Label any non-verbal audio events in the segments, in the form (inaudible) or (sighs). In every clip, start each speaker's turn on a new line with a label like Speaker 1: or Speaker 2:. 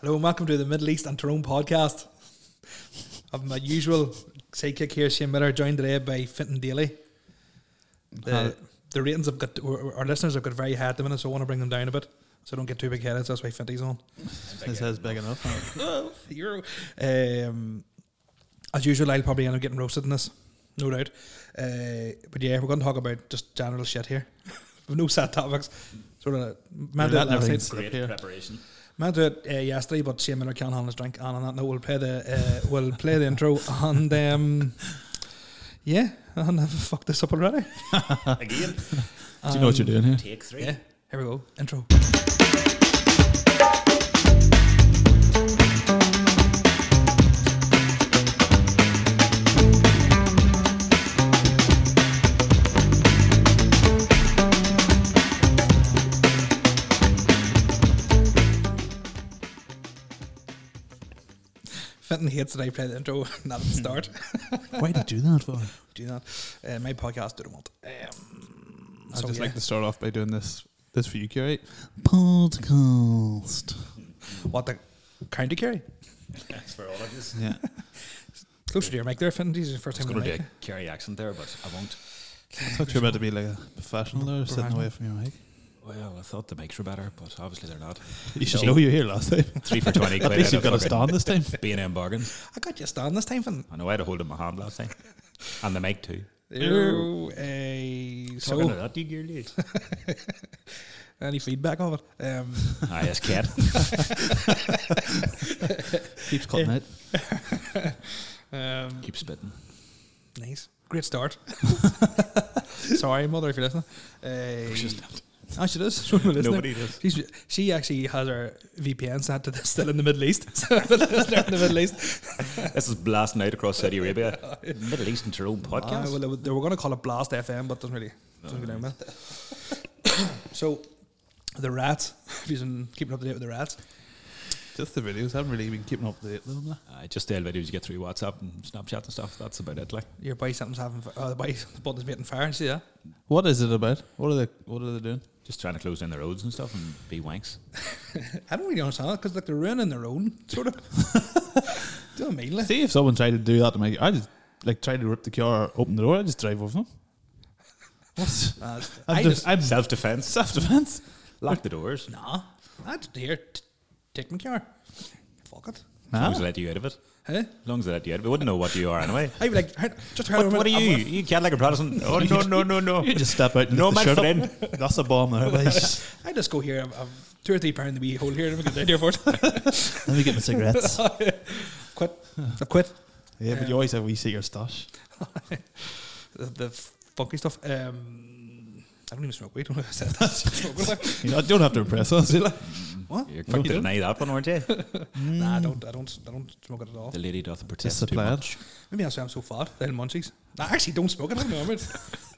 Speaker 1: Hello and welcome to the Middle East and Tyrone podcast. I'm my usual sidekick here, Shane Miller, joined today by Finton Daly. The,
Speaker 2: Hi.
Speaker 1: the ratings have got, or- or our listeners have got very high at the minute, so I want to bring them down a bit. So I don't get too big headed, so that's why Finty's on.
Speaker 2: This is big enough. huh?
Speaker 1: You're, (laughs) um, as usual, I'll probably end up getting roasted in this, no doubt. Uh, but yeah, we're going to talk about just general shit here. (laughs) We've no set topics. Sort of, man,
Speaker 2: letting
Speaker 1: last
Speaker 2: everything
Speaker 1: night.
Speaker 2: Great
Speaker 3: Great
Speaker 2: here.
Speaker 3: preparation.
Speaker 1: Man do it uh, yesterday, but Shane Miller can't handle his drink. And on that note, we'll play the uh, we'll play the intro and um, yeah, I never fucked this up already.
Speaker 3: Again,
Speaker 2: Do you know what you're doing here?
Speaker 3: take three.
Speaker 1: Yeah, here we go. Intro. Fenton hates that I play the intro, (laughs) not at the start.
Speaker 2: (laughs) Why did you do that for?
Speaker 1: Do not. Uh, my podcast, do not want. Um,
Speaker 2: I'd
Speaker 1: so
Speaker 2: just
Speaker 1: yeah.
Speaker 2: like to start off by doing this this for you, Kerry. Podcast.
Speaker 1: What the county carry?
Speaker 3: Thanks for all of this.
Speaker 2: Yeah.
Speaker 1: Closer to your mic there, Finn. This is your first
Speaker 3: I was
Speaker 1: time
Speaker 3: going
Speaker 1: on the
Speaker 3: to
Speaker 1: mic.
Speaker 3: do a Kerry accent there, but I won't.
Speaker 2: I thought you were about to be like a professional there, sitting away from your mic.
Speaker 3: Well, I thought the mics were better, but obviously they're not.
Speaker 2: You should
Speaker 3: So-
Speaker 2: know you're here last time.
Speaker 3: (laughs) Three for (laughs) 20
Speaker 2: At
Speaker 3: quid.
Speaker 2: least you've got a stand this time.
Speaker 3: B and M bargain.
Speaker 1: I got you stand this time, Finn.
Speaker 3: I know I had a hold of my hand last time, and the mic too.
Speaker 1: Ew, eh,
Speaker 3: Talking of
Speaker 1: so,
Speaker 3: that, you gearly.
Speaker 1: any feedback of it? Um,
Speaker 3: (laughs) Ah, yes, (laughs) cat.
Speaker 2: (laughs) Keeps cutting out.
Speaker 1: um,
Speaker 3: Keep spitting.
Speaker 1: nice. Great
Speaker 3: (laughs)
Speaker 1: start. Sorry, mother, if you're listening. Uh,
Speaker 3: She's not.
Speaker 1: oh, she does. (laughs) She's one of my listeners.
Speaker 3: Nobody does.
Speaker 1: She's, she actually has her VPN set to this still in the Middle East. (laughs) So, the listener in the Middle East.
Speaker 3: This is blasting out across Saudi (laughs) Arabia, Middle East, and your own
Speaker 1: Ah,
Speaker 3: podcast. Ah.
Speaker 1: well, they were going to call it Blast FM, but doesn't really doesn't go down well. (coughs) so, the rats. (coughs) If you've been keeping up to date with the rats,
Speaker 2: Just the videos. I haven't really been keeping up to date with them.
Speaker 3: I just tell videos you get through WhatsApp and Snapchat and stuff. That's about it. Like,
Speaker 1: your boy something's having fi- oh, the boy the button's making fire. See that?
Speaker 2: What is it about? What are they what are they doing?
Speaker 3: just trying to close down the roads and stuff and be (laughs) wanks.
Speaker 1: I don't really understand that because like they're ruining their own (laughs) sort of. Do you know what I mean? Like,
Speaker 2: See if someone tried to do that to me, I just like try to rip the car or open the door, I just drive over them. What?
Speaker 1: uh,
Speaker 2: I'm
Speaker 1: I
Speaker 2: just,
Speaker 1: just
Speaker 2: I'm
Speaker 3: Self defense.
Speaker 2: self defense.
Speaker 3: Lock the doors.
Speaker 1: nah. I just here t- take my car. Fuck it.
Speaker 3: As long
Speaker 2: Nah.
Speaker 3: as they let you out of it.
Speaker 1: Huh?
Speaker 3: As long as they let you out of it. We wouldn't know what you are anyway.
Speaker 1: I'd be like, "Hang- just hang on
Speaker 3: (laughs) What,
Speaker 1: a
Speaker 3: what are
Speaker 1: minute,
Speaker 3: you?
Speaker 1: I'm-
Speaker 3: You can't like a Protestant. (laughs) Oh, no, no, no, no.
Speaker 2: You just step out and
Speaker 3: No,
Speaker 2: lift
Speaker 3: my
Speaker 2: the shirt
Speaker 3: friend.
Speaker 2: Up. That's a bomb (laughs) there. boys.
Speaker 1: I just go here. I've, I've two or three pound in the wee hole here. Let me get down here for it.
Speaker 2: Let me get my cigarettes.
Speaker 1: quit. I've quit.
Speaker 2: (laughs) Yeah, but
Speaker 1: Um,
Speaker 2: you always have a wee cigar stash.
Speaker 1: the, the funky stuff. Um, I don't even smoke weed. I said that. (laughs) Smoke weed.
Speaker 2: You know, don't have to impress (laughs) us, do you?
Speaker 1: what?
Speaker 3: (laughs) You're quick to
Speaker 2: don't.
Speaker 3: deny that one, aren't (laughs) you?
Speaker 1: Nah, I don't. I don't. I don't smoke it at all.
Speaker 3: The lady doth protest
Speaker 2: Just a
Speaker 3: too
Speaker 2: plan.
Speaker 3: much.
Speaker 1: Maybe that's why I'm so fat. They're munchies. I actually don't smoke it at the (laughs) moment.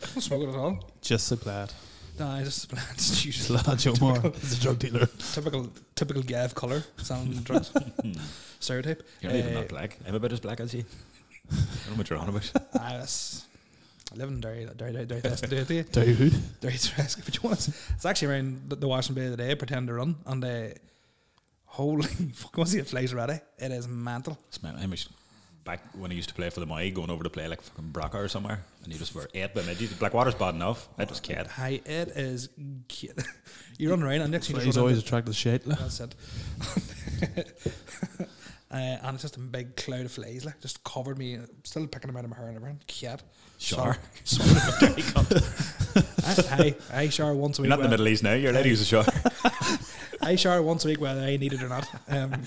Speaker 1: don't smoke it at all.
Speaker 2: Just a (laughs) plaid.
Speaker 1: Nah, I just (laughs) it's usually
Speaker 2: Plaid Joe (laughs) Moore. He's a drug dealer.
Speaker 1: typical typical Gav colour selling
Speaker 3: (laughs)
Speaker 1: drugs stereotype.
Speaker 3: Hmm. You're not even
Speaker 1: Uh,
Speaker 3: that black. I'm about as black as you. I don't know what you're on about.
Speaker 1: Nah, that's. I live in Derry, Derry, Derry, Derry,
Speaker 3: (laughs)
Speaker 1: Derry, Derry, Derry,
Speaker 2: Do who?
Speaker 1: Derry, Derry, but you want to- it's actually around the, the Washington Bay today, pretend to run, and uh, holy (laughs) fuck, once it flies ready, it is mental.
Speaker 3: It's mad. I was back when I used to play for the Maui, going over to play like fucking Braca or somewhere, and you just were eight by midget. Blackwater's bad enough. That was kid.
Speaker 1: Hi, it is. ki- (laughs) You run around, and next thing you
Speaker 2: He's
Speaker 1: run
Speaker 2: always
Speaker 1: into-
Speaker 2: attracted shit. like.
Speaker 1: That's it. (laughs) uh, and it's just a big cloud of flies, like just covered me. Still picking them out of my hair and everything. Cat.
Speaker 3: Sure. (laughs)
Speaker 1: (laughs) I, I, I shower once a
Speaker 3: You're
Speaker 1: week.
Speaker 3: not in the
Speaker 1: whether-
Speaker 3: Middle East now. You're allowed to use a shower. (laughs)
Speaker 1: I shower once a week whether I need it or not. Um,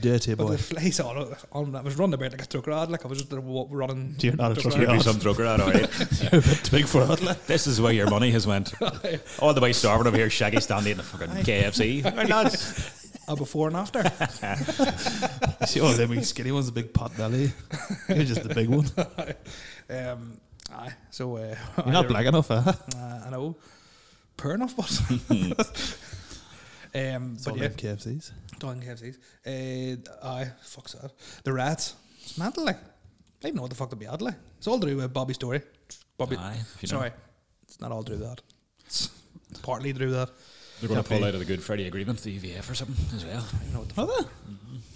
Speaker 2: Dirty
Speaker 1: but
Speaker 2: boy.
Speaker 1: the flies on, on I was running about like a truck rod, like I was just wa- running.
Speaker 2: You're not a
Speaker 1: truck
Speaker 2: truck
Speaker 1: rod.
Speaker 3: You'd be some drucker out, all (laughs) right.
Speaker 2: You're a bit too (laughs) big for that. like.
Speaker 3: This is where your money has (laughs) went. All the way starving over here, Shaggy standing in the fucking KFC. Right, lads?
Speaker 1: A before and after. (laughs)
Speaker 2: You See, oh, them wee skinny one's a big pot (laughs) belly. You're just the big (laughs) one.
Speaker 1: um, aye, so uh,
Speaker 2: You're not black enough, eh?
Speaker 1: Uh, I know. Poor enough, but.
Speaker 3: (laughs)
Speaker 1: (laughs) um,
Speaker 2: It's
Speaker 1: but
Speaker 2: all
Speaker 1: yeah,
Speaker 2: them KFCs.
Speaker 1: Don KFCs. Uh, aye, fuck's that. The rats. It's mental, like. I don't know what the fuck to be at, like. It's all to do with Bobby's story. Bobby.
Speaker 3: Aye, if you know.
Speaker 1: sorry. It's not all to do with that. It's partly to do with that.
Speaker 3: They're going to
Speaker 2: Can't be.
Speaker 3: pull out of the Good Friday Agreement, the UVF or something as well.
Speaker 1: You know what the
Speaker 2: Are they?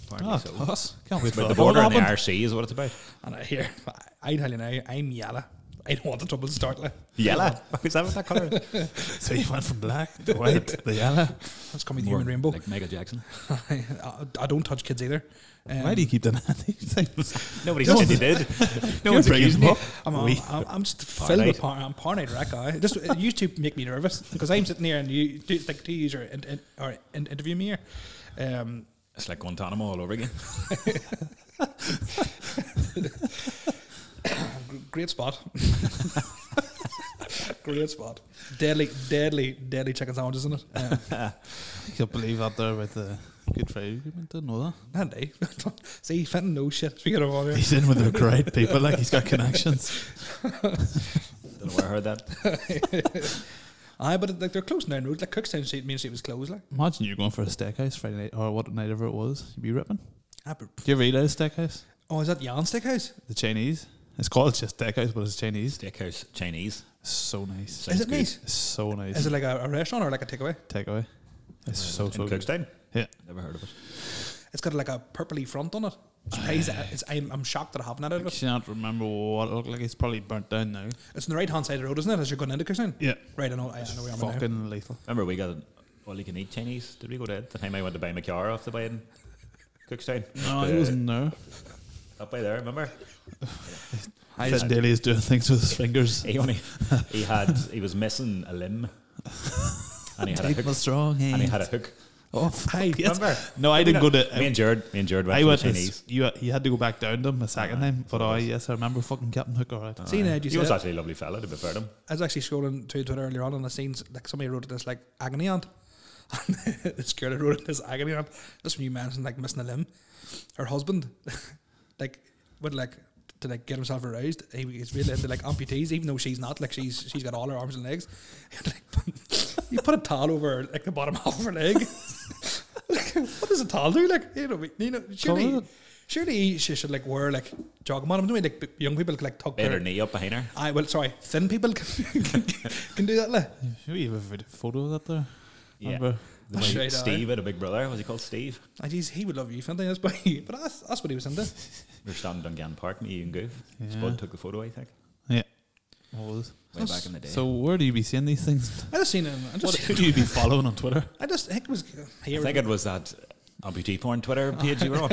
Speaker 3: Apparently
Speaker 2: Ah,
Speaker 3: so.
Speaker 2: class. Can't wait
Speaker 3: It's
Speaker 2: for
Speaker 3: about
Speaker 2: that
Speaker 3: the
Speaker 2: all to
Speaker 3: border and the
Speaker 2: happen.
Speaker 3: RC is what it's about.
Speaker 1: And I hear, I, I tell you now, I'm yellow. I don't want the trouble to start like.
Speaker 2: (laughs)
Speaker 3: Yellow. Is that what that colour is?
Speaker 2: So you went from black (laughs) to white to yellow.
Speaker 1: That's coming the human rainbow.
Speaker 3: Like Michael Jackson.
Speaker 1: (laughs) I, I don't touch kids either. Um,
Speaker 2: Why do you keep them at these things?
Speaker 3: Nobody
Speaker 2: No
Speaker 3: said he
Speaker 2: one-
Speaker 3: (laughs) did.
Speaker 2: No one's bringing them up.
Speaker 1: I'm,
Speaker 2: We-
Speaker 1: I'm, I'm just filled with par- I'm paranoid right now. Just uh, you two make me nervous because I'm sitting here and you do like two yous are in, in, are in, interviewing me here. Um,
Speaker 3: It's like Guantanamo all over again.
Speaker 1: g- great (laughs) spot. great spot. Deadly, deadly, deadly chicken sandwiches in it. (laughs) Um,
Speaker 2: I can't believe that there with the Good Friday Agreement. Didn't know that.
Speaker 1: (laughs) and I see Fenton knows shit. Speaking of all
Speaker 2: He's in with the right people. Like he's got connections.
Speaker 3: Don't know where I heard that.
Speaker 1: Aye, but like they're closed down roads. Like Cookstown Street, Main Street was closed. Like,
Speaker 2: Imagine you're going for a steakhouse Friday night or what night ever it was. You'd be ripping.
Speaker 1: ah, but-
Speaker 2: Do you ever eat at a steakhouse?
Speaker 1: oh, is that Jan Steakhouse?
Speaker 2: The Chinese. It's called just steakhouse, but it's Chinese.
Speaker 3: Steakhouse Chinese.
Speaker 2: So nice.
Speaker 1: Is
Speaker 3: Sounds
Speaker 1: it
Speaker 3: good.
Speaker 1: nice?
Speaker 2: It's so nice.
Speaker 1: Is it like a, a restaurant or like a takeaway?
Speaker 2: takeaway? It's so so
Speaker 3: Uh, In
Speaker 2: good.
Speaker 3: Cookstown.
Speaker 2: Yeah.
Speaker 3: Never heard of it.
Speaker 1: It's got like a purpley front on it. Surprised that it's, I'm, I'm shocked that I haven't had it.
Speaker 2: I can't remember what it looked like. It's probably burnt down now.
Speaker 1: It's on the right hand side of the road, isn't it? As you're going into Kirsten.
Speaker 2: Yeah.
Speaker 1: Right, I know, I know where I'm at now.
Speaker 2: Fucking lethal.
Speaker 3: Remember we got an all you can eat Chinese? Did we go to it? The time I went to buy my car off the way in Cookstown.
Speaker 2: No,
Speaker 3: The-
Speaker 2: it wasn't there.
Speaker 3: Up by there, remember?
Speaker 2: I just daily is doing things with his fingers.
Speaker 3: He only he had he was missing a limb. And he had a
Speaker 2: Take my
Speaker 3: hook.
Speaker 2: strong hand.
Speaker 3: And he had a hook.
Speaker 2: Oh, fuck, yes.
Speaker 3: Remember?
Speaker 2: No, I didn't go to.
Speaker 3: Me and Jared, me and Jared went
Speaker 2: I
Speaker 3: to the
Speaker 2: went. To,
Speaker 3: Chinese.
Speaker 2: you, you had to go back down to him a second
Speaker 3: Aye,
Speaker 2: time, but
Speaker 3: so it
Speaker 2: I
Speaker 3: was.
Speaker 2: yes, I remember fucking Captain Hook. All right.
Speaker 1: See now, do
Speaker 3: He
Speaker 1: you
Speaker 3: was
Speaker 1: see that?
Speaker 3: actually a lovely fella, to be fair to him.
Speaker 1: I was actually scrolling to Twitter earlier on and I seen s- like somebody wrote this like agony aunt. (laughs) And this girl had wrote this agony aunt. Just when you mentioned like missing a limb, her husband (laughs) like would like to like get himself aroused. He is really into like amputees, even though she's not. Like she's she's got all her arms and legs. (laughs) And, like, you put a towel over like the bottom (laughs) half of her leg. like, what does a towel do? Like you know, you know,
Speaker 2: Cover
Speaker 1: surely,
Speaker 2: it.
Speaker 1: surely she should like wear like jog bottom. Don't we like b- young people like tuck
Speaker 3: Bent her
Speaker 1: their
Speaker 3: knee up behind her.
Speaker 1: I well, sorry, thin people can, (laughs) can, can do that. Like.
Speaker 2: Maybe you have a vid- photo of that there.
Speaker 3: Yeah.
Speaker 2: Remember?
Speaker 3: The
Speaker 1: Straight
Speaker 3: way
Speaker 1: eye.
Speaker 3: Steve had a big brother. Was he called Steve?
Speaker 1: Ah, jeez, he would love you, Finley. That's but but that's, that's what he was into.
Speaker 3: We were standing in Dungan Park, me, you and Goof.
Speaker 2: Yeah.
Speaker 3: Spud took the photo, I think.
Speaker 2: Yeah. What was?
Speaker 3: Way back in the day.
Speaker 2: So where do you be seeing these things?
Speaker 1: I just seen him. I
Speaker 2: What
Speaker 1: just,
Speaker 2: do you be following on Twitter?
Speaker 1: I just think it was
Speaker 3: I
Speaker 1: here.
Speaker 3: think it was that amputee porn Twitter page you
Speaker 2: (laughs)
Speaker 3: were on.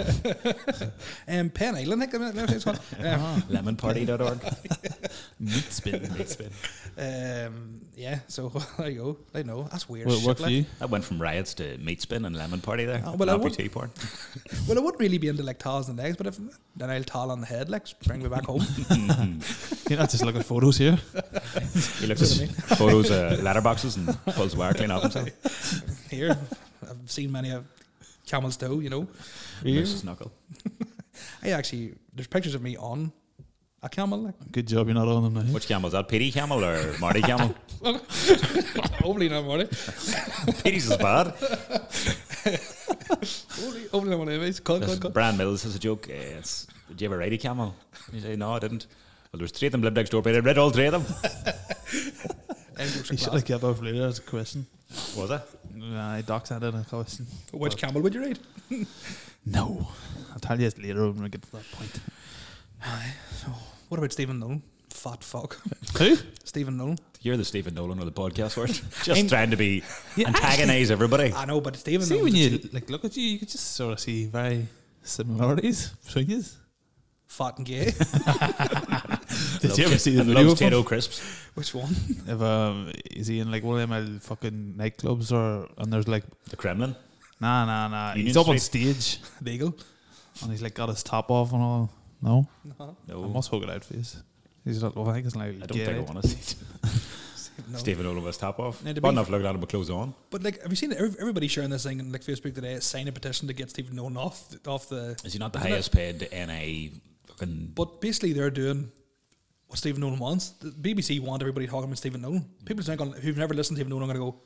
Speaker 1: um, Penn Island. I think it was one.
Speaker 2: Ah.
Speaker 1: Um,
Speaker 2: (laughs)
Speaker 3: Lemonparty.org.
Speaker 2: Meat spin.
Speaker 3: Meat spin.
Speaker 1: um, yeah. So (laughs) there you go. I know that's weird.
Speaker 2: Will it
Speaker 1: shit,
Speaker 2: work for
Speaker 1: like.
Speaker 2: you?
Speaker 3: That went from riots to meat spin and lemon party there.
Speaker 1: Oh, well, I would-
Speaker 3: amputee porn.
Speaker 2: (laughs)
Speaker 1: Well, I would really be into like towels and legs, but if then I'll towel on the head, like bring me back
Speaker 2: (laughs)
Speaker 1: home. (laughs)
Speaker 2: You're not just looking at photos here.
Speaker 3: He looks at
Speaker 2: (laughs)
Speaker 3: photos of letterboxes and pulls wire clean off himself.
Speaker 1: here, I've seen many of camel's toe. You know,
Speaker 3: Moose's knuckle.
Speaker 1: I actually there's pictures of me on a camel. Like
Speaker 2: Good job you're not on them now.
Speaker 3: Which camel is that? Petey camel or
Speaker 2: (laughs)
Speaker 3: Marty camel?
Speaker 1: hopefully not money.
Speaker 3: Petey's is bad.
Speaker 1: Hopefully, hopefully not money. Anyways, cut,
Speaker 3: This
Speaker 1: cut, cut.
Speaker 3: Brian Mills has a joke. eh, it's, did you ever ride a camel? And you say, no, I didn't. Well, there was three of them lived next door, but I read all three of them.
Speaker 1: End jokes are
Speaker 2: You should
Speaker 1: class.
Speaker 2: have kept off later as a question.
Speaker 3: Was it?
Speaker 2: Nah, Doc sent in a question.
Speaker 1: Which camel would you ride?
Speaker 2: No. I'll tell you later when we get to that point.
Speaker 1: What about Stephen Nolan? Fat
Speaker 2: (laughs)
Speaker 1: fuck.
Speaker 2: Who?
Speaker 1: Stephen Nolan.
Speaker 3: You're the Stephen Nolan of the podcast world. Just
Speaker 1: I'm-
Speaker 3: trying to be
Speaker 1: (laughs)
Speaker 3: antagonise everybody.
Speaker 1: I know, but Stephen
Speaker 2: See
Speaker 1: Nolan.
Speaker 2: when you like look at you, you could just sort of see very similarities between you.
Speaker 1: fat and
Speaker 2: (laughs)
Speaker 1: gay.
Speaker 2: Did
Speaker 3: Loves
Speaker 2: you ever
Speaker 3: ta-
Speaker 2: see the
Speaker 3: and
Speaker 2: video
Speaker 3: loves
Speaker 2: of him?
Speaker 3: potato crisps?
Speaker 1: Which one? (laughs)
Speaker 2: If, um, is he in like one of them uh, fucking nightclubs or and there's like
Speaker 3: The Kremlin.
Speaker 2: nah nah nah
Speaker 3: Union
Speaker 2: he's up on stage
Speaker 1: Beagle.
Speaker 2: and he's like got his top off and all. No,
Speaker 1: No.
Speaker 3: No,
Speaker 2: I must hug it out for this. He's not. Well, I think it's like
Speaker 3: Oh. I don't think I want to see
Speaker 1: Stephen Nolan.
Speaker 3: Stephen Nolan was top off.
Speaker 1: Now,
Speaker 3: Bad
Speaker 1: to be-
Speaker 3: enough looking at him with clothes on.
Speaker 1: But like, have you seen ev- everybody sharing this thing on like Facebook today? Sign a petition to get Stephen Nolan off th- off the.
Speaker 3: Is he not the
Speaker 1: Isn't it-
Speaker 3: highest paid NA fucking
Speaker 1: But basically, they're doing what Stephen Nolan wants. The BBC want everybody talking about Stephen Nolan. People not going who've never listened to Stephen Nolan are going to go,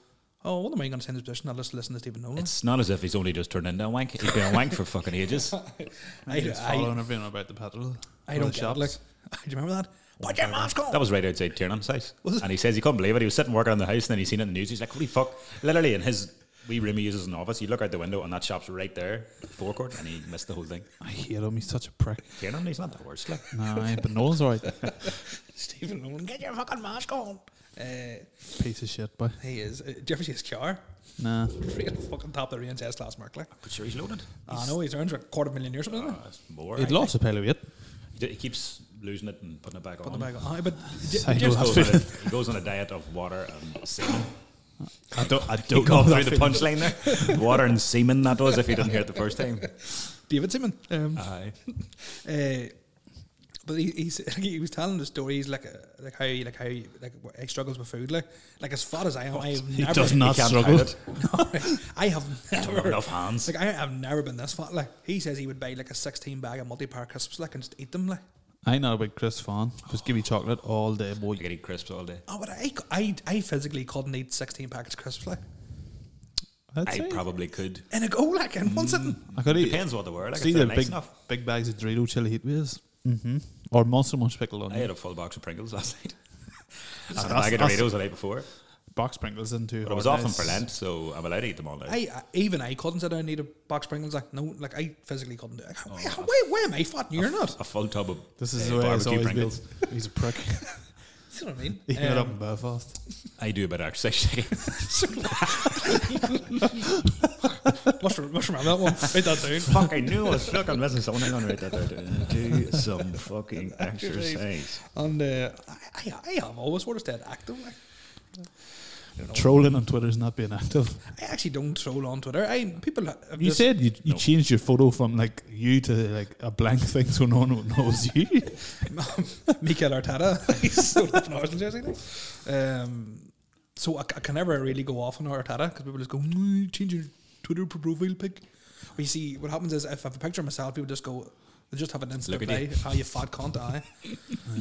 Speaker 1: oh, what am I going to say in this petition? I'll just listen to Stephen Nolan.
Speaker 3: It's not as if he's only just turned into a wank. He's been a wank for fucking ages.
Speaker 1: (laughs) I,
Speaker 2: He's
Speaker 1: I,
Speaker 2: following everyone about the pedal.
Speaker 1: I don't get it, like, (laughs) do you remember that? Put your mask on.
Speaker 3: That was right outside Tiernan's house. And he says he couldn't believe it. He was sitting working on the house and then he seen it in the news. He's like, holy fuck. Literally in his wee room he uses as an office, you look out the window and that shop's right there, forecourt, and he missed the whole thing.
Speaker 2: I hate him. He's such a prick.
Speaker 3: Tiernan, he's not that worse. Like.
Speaker 2: Nah, but Nolan's
Speaker 3: (laughs)
Speaker 2: alright.
Speaker 1: Stephen Nolan, get your fucking mask on. Uh,
Speaker 2: Piece of shit, boy.
Speaker 1: he is. Uh, do you ever see his car? (laughs)
Speaker 2: Nah.
Speaker 1: Real fucking top of the range S class Mercury.
Speaker 3: But sure he's loaded.
Speaker 1: I know he's earned a quarter million years or something.
Speaker 3: Uh, it's more.
Speaker 2: He'd
Speaker 3: I
Speaker 2: lost a pile of weight.
Speaker 3: think. He keeps losing it and putting it back
Speaker 1: Put
Speaker 3: on.
Speaker 1: them back on. Aye, but j-
Speaker 2: Psycho
Speaker 1: just-
Speaker 2: has
Speaker 3: Goes on a- he goes on a diet of water and semen. I don't, I don't
Speaker 2: know
Speaker 3: go through
Speaker 2: that
Speaker 3: the punchline there. Water and semen, that was, if you didn't hear it the
Speaker 2: (laughs)
Speaker 3: first time.
Speaker 1: David Simon. Um,
Speaker 3: Aye.
Speaker 1: Uh, but he, he's, (laughs) he was telling the stories like uh, like how he, like how he, like what- he struggles with food like like as far as I am I have
Speaker 2: He
Speaker 1: never (laughs)
Speaker 2: does not
Speaker 3: can't
Speaker 2: struggle.
Speaker 3: hide it.
Speaker 1: I have
Speaker 3: Don't
Speaker 1: never
Speaker 3: have enough hands.
Speaker 1: like I have never been this fat like he says he would buy like a sixteen bag of multi pack crisps like and just eat them like
Speaker 2: I know about Chris Fawn. Just give me chocolate all day, boy.
Speaker 3: I could eat crisps all day.
Speaker 1: oh but I c- I, I physically couldn't eat sixteen packets of crisps like
Speaker 2: I'd
Speaker 3: I
Speaker 2: say.
Speaker 3: probably could.
Speaker 1: in a go "Oh, like in one sitting
Speaker 2: I could eat.
Speaker 3: Depends what they were. Like,
Speaker 2: See
Speaker 3: if they're
Speaker 2: the
Speaker 3: nice
Speaker 2: big,
Speaker 3: enough.
Speaker 2: big bags of Dorito chili heat waves? Mm-hmm. Or Monster Munch pickled
Speaker 3: I
Speaker 2: onion.
Speaker 3: had a full box of Pringles last (laughs) night. and a
Speaker 2: that's- Oh,
Speaker 3: bag of
Speaker 2: that's-
Speaker 3: Doritos the night before.
Speaker 2: Box sprinkles into.
Speaker 3: But I was off them for Lent, so I'm allowed to eat them all now.
Speaker 1: I, I even I couldn't sit down and eat a box of Pringles like no like I physically couldn't do it. Like, why, why, why am I fat and you're (laughs) not
Speaker 3: a full tub of
Speaker 2: This is
Speaker 3: uh,
Speaker 2: the way it's
Speaker 3: barbecue
Speaker 2: always
Speaker 3: Pringles.
Speaker 2: been. (laughs) He's a prick.
Speaker 1: you know what I mean
Speaker 2: He got up
Speaker 1: Um,
Speaker 2: in Belfast.
Speaker 3: I do a bit of (laughs) exercise.
Speaker 1: must, re- must remember that one (laughs) write that down
Speaker 3: Fuck, I knew I was fucking missing someone. I'm going to write that down. Do some (laughs) fucking exercise.
Speaker 1: And uh, I, I, I have always sort of stayed active. Like,
Speaker 2: Trolling on Twitter is not being active.
Speaker 1: I actually don't troll on Twitter. I people have
Speaker 2: You
Speaker 1: just-
Speaker 2: said you, you
Speaker 3: No.
Speaker 2: changed your photo from like you to like a blank thing so no one knows
Speaker 1: (laughs)
Speaker 2: you.
Speaker 1: Mikel Arteta. (laughs) He's so up in Arsenal jersey. like. Um, so I, c- I can never really go off on Arteta because people just go "Mm, change your Twitter pro- profile pic. Well, you see, what happens is if I have a picture of myself, people just go. They just have an instant
Speaker 3: Look at
Speaker 1: reply.
Speaker 3: you.
Speaker 1: How you fat cunt, aye.
Speaker 2: (laughs)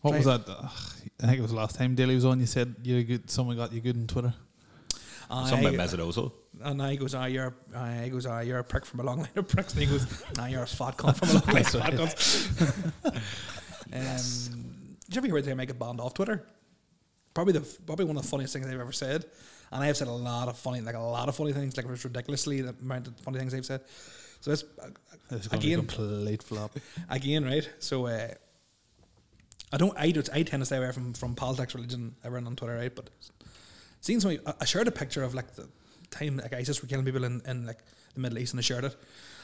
Speaker 2: what was
Speaker 1: Right.
Speaker 2: that? Ugh, I think it was last time Daly was on. You said you good. Someone got you good on Twitter.
Speaker 3: Something
Speaker 1: Aye.
Speaker 3: about Mesut Ozil.
Speaker 1: And I goes, ah, you're, aye, he goes, ah, you're a prick from a long (laughs) line of pricks. And he goes, nah, you're a fat cunt from a long line of fat cunts. (laughs) um, did you ever hear they make a band off Twitter? Probably the probably one of the funniest things I've ever said. And I have said a lot of funny, like a lot of funny things, like it was ridiculously the amount of funny things I've said. So this
Speaker 2: It's gonna be a
Speaker 1: again,
Speaker 2: complete flop.
Speaker 3: (laughs)
Speaker 1: again, right? So uh, I don't, I don't, I tend to stay away from from politics, religion, everyone on Twitter, right? But seeing somebody, I- I shared a picture of like the time like ISIS were killing people in, in like the Middle East, and I shared it.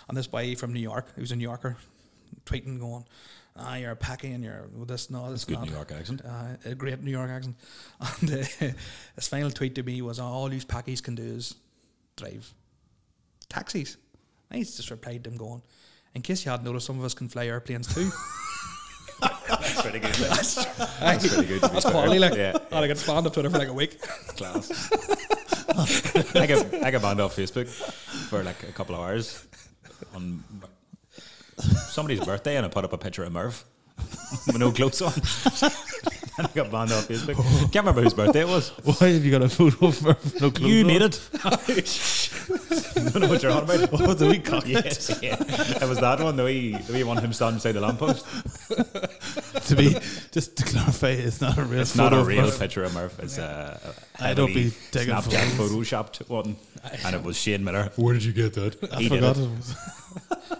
Speaker 1: And this guy from New York, he was a New Yorker, tweeting, going, "Ah, you're a Paki and you're this, no, this,
Speaker 3: That's good
Speaker 1: not."
Speaker 3: New York accent.
Speaker 1: Uh, a great New York accent. (laughs) And uh, his final tweet to me was, "All these Pakis can do is drive taxis." I just replied to him, going, "In case you hadn't noticed, some of us can fly airplanes
Speaker 3: (laughs)
Speaker 1: too."
Speaker 3: That's pretty good. (laughs) That's
Speaker 1: That's
Speaker 3: pretty good. to be
Speaker 1: That's
Speaker 3: fair.
Speaker 1: quality, like.
Speaker 3: Yeah,
Speaker 1: And I got spammed on Twitter for like a week. (laughs)
Speaker 3: class. (laughs) I got I got banned off Facebook for like a couple of hours on somebody's birthday, and I put up a picture of Merv (laughs) with no clothes on. (laughs) and I got banned off Facebook. Can't remember whose birthday it was.
Speaker 2: Why have you got a photo for (laughs) no clue?
Speaker 3: You made it. don't know what you're on
Speaker 2: (laughs)
Speaker 3: about.
Speaker 2: Oh, the wee cock.
Speaker 3: Yes, (laughs) yeah. It was that one. The wee, the wee one him standing beside
Speaker 2: (laughs)
Speaker 3: the lamppost.
Speaker 2: to be just to clarify, it's not a real.
Speaker 3: It's not a
Speaker 2: photo of
Speaker 3: real
Speaker 2: Murph.
Speaker 3: picture of Murph. It's a, a
Speaker 2: I don't
Speaker 3: heavily
Speaker 2: be digging
Speaker 3: Snapchat photoshopped one, and it was Shane Miller.
Speaker 2: Where did you get that? (laughs) I
Speaker 3: He did
Speaker 2: forgot.
Speaker 3: it.
Speaker 2: It. was-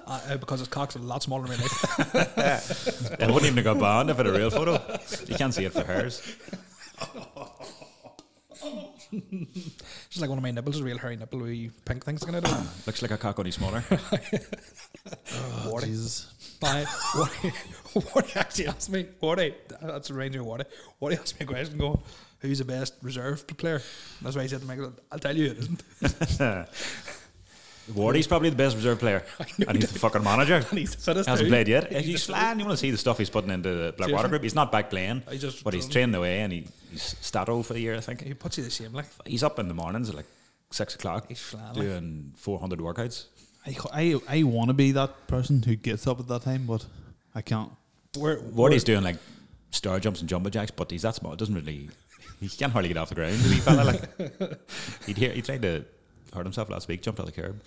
Speaker 1: Uh, uh, because his cock's a lot smaller than my life.
Speaker 3: It wouldn't even have got banned if it a real photo. You can't see it for hers.
Speaker 1: It's (laughs) Just like one of my nipples, a real hairy nipple, wee pink things sticking out
Speaker 3: (coughs)
Speaker 1: of it.
Speaker 3: Looks like a cock only smaller.
Speaker 1: Warty.
Speaker 2: Oh, Jesus.
Speaker 1: (laughs) By Warty. Warty actually asked me, Warty, that's a Ranger Warty. Warty asked me a question going, who's the best reserve player? And that's why he said to me, I'll tell you it isn't.
Speaker 3: Wardy's probably the best
Speaker 1: (laughs)
Speaker 3: reserve player, and he's the fucking manager.
Speaker 1: And (laughs) he's the fittest
Speaker 3: Hasn't
Speaker 1: too.
Speaker 3: played yet. He's,
Speaker 1: He's the
Speaker 3: flying. You want to see the stuff he's putting into the Blackwater
Speaker 1: Seriously?
Speaker 3: group. He's not back playing,
Speaker 1: He just
Speaker 3: but he's
Speaker 1: done.
Speaker 3: training away, and he, he's stato for the year, I think.
Speaker 1: He puts you to shame, like.
Speaker 3: He's up in the mornings at like six o'clock,
Speaker 1: He's flying.
Speaker 3: doing four hundred workouts.
Speaker 2: I I, I want to be that person who gets up at that time, but I can't.
Speaker 1: Where,
Speaker 3: What he's doing like star jumps and jumbo jacks, but he's that small. It doesn't really. He can hardly get off the ground. the wee fella, like. (laughs) he'd hear, he tried to hurt himself last week. Jumped out of the curb.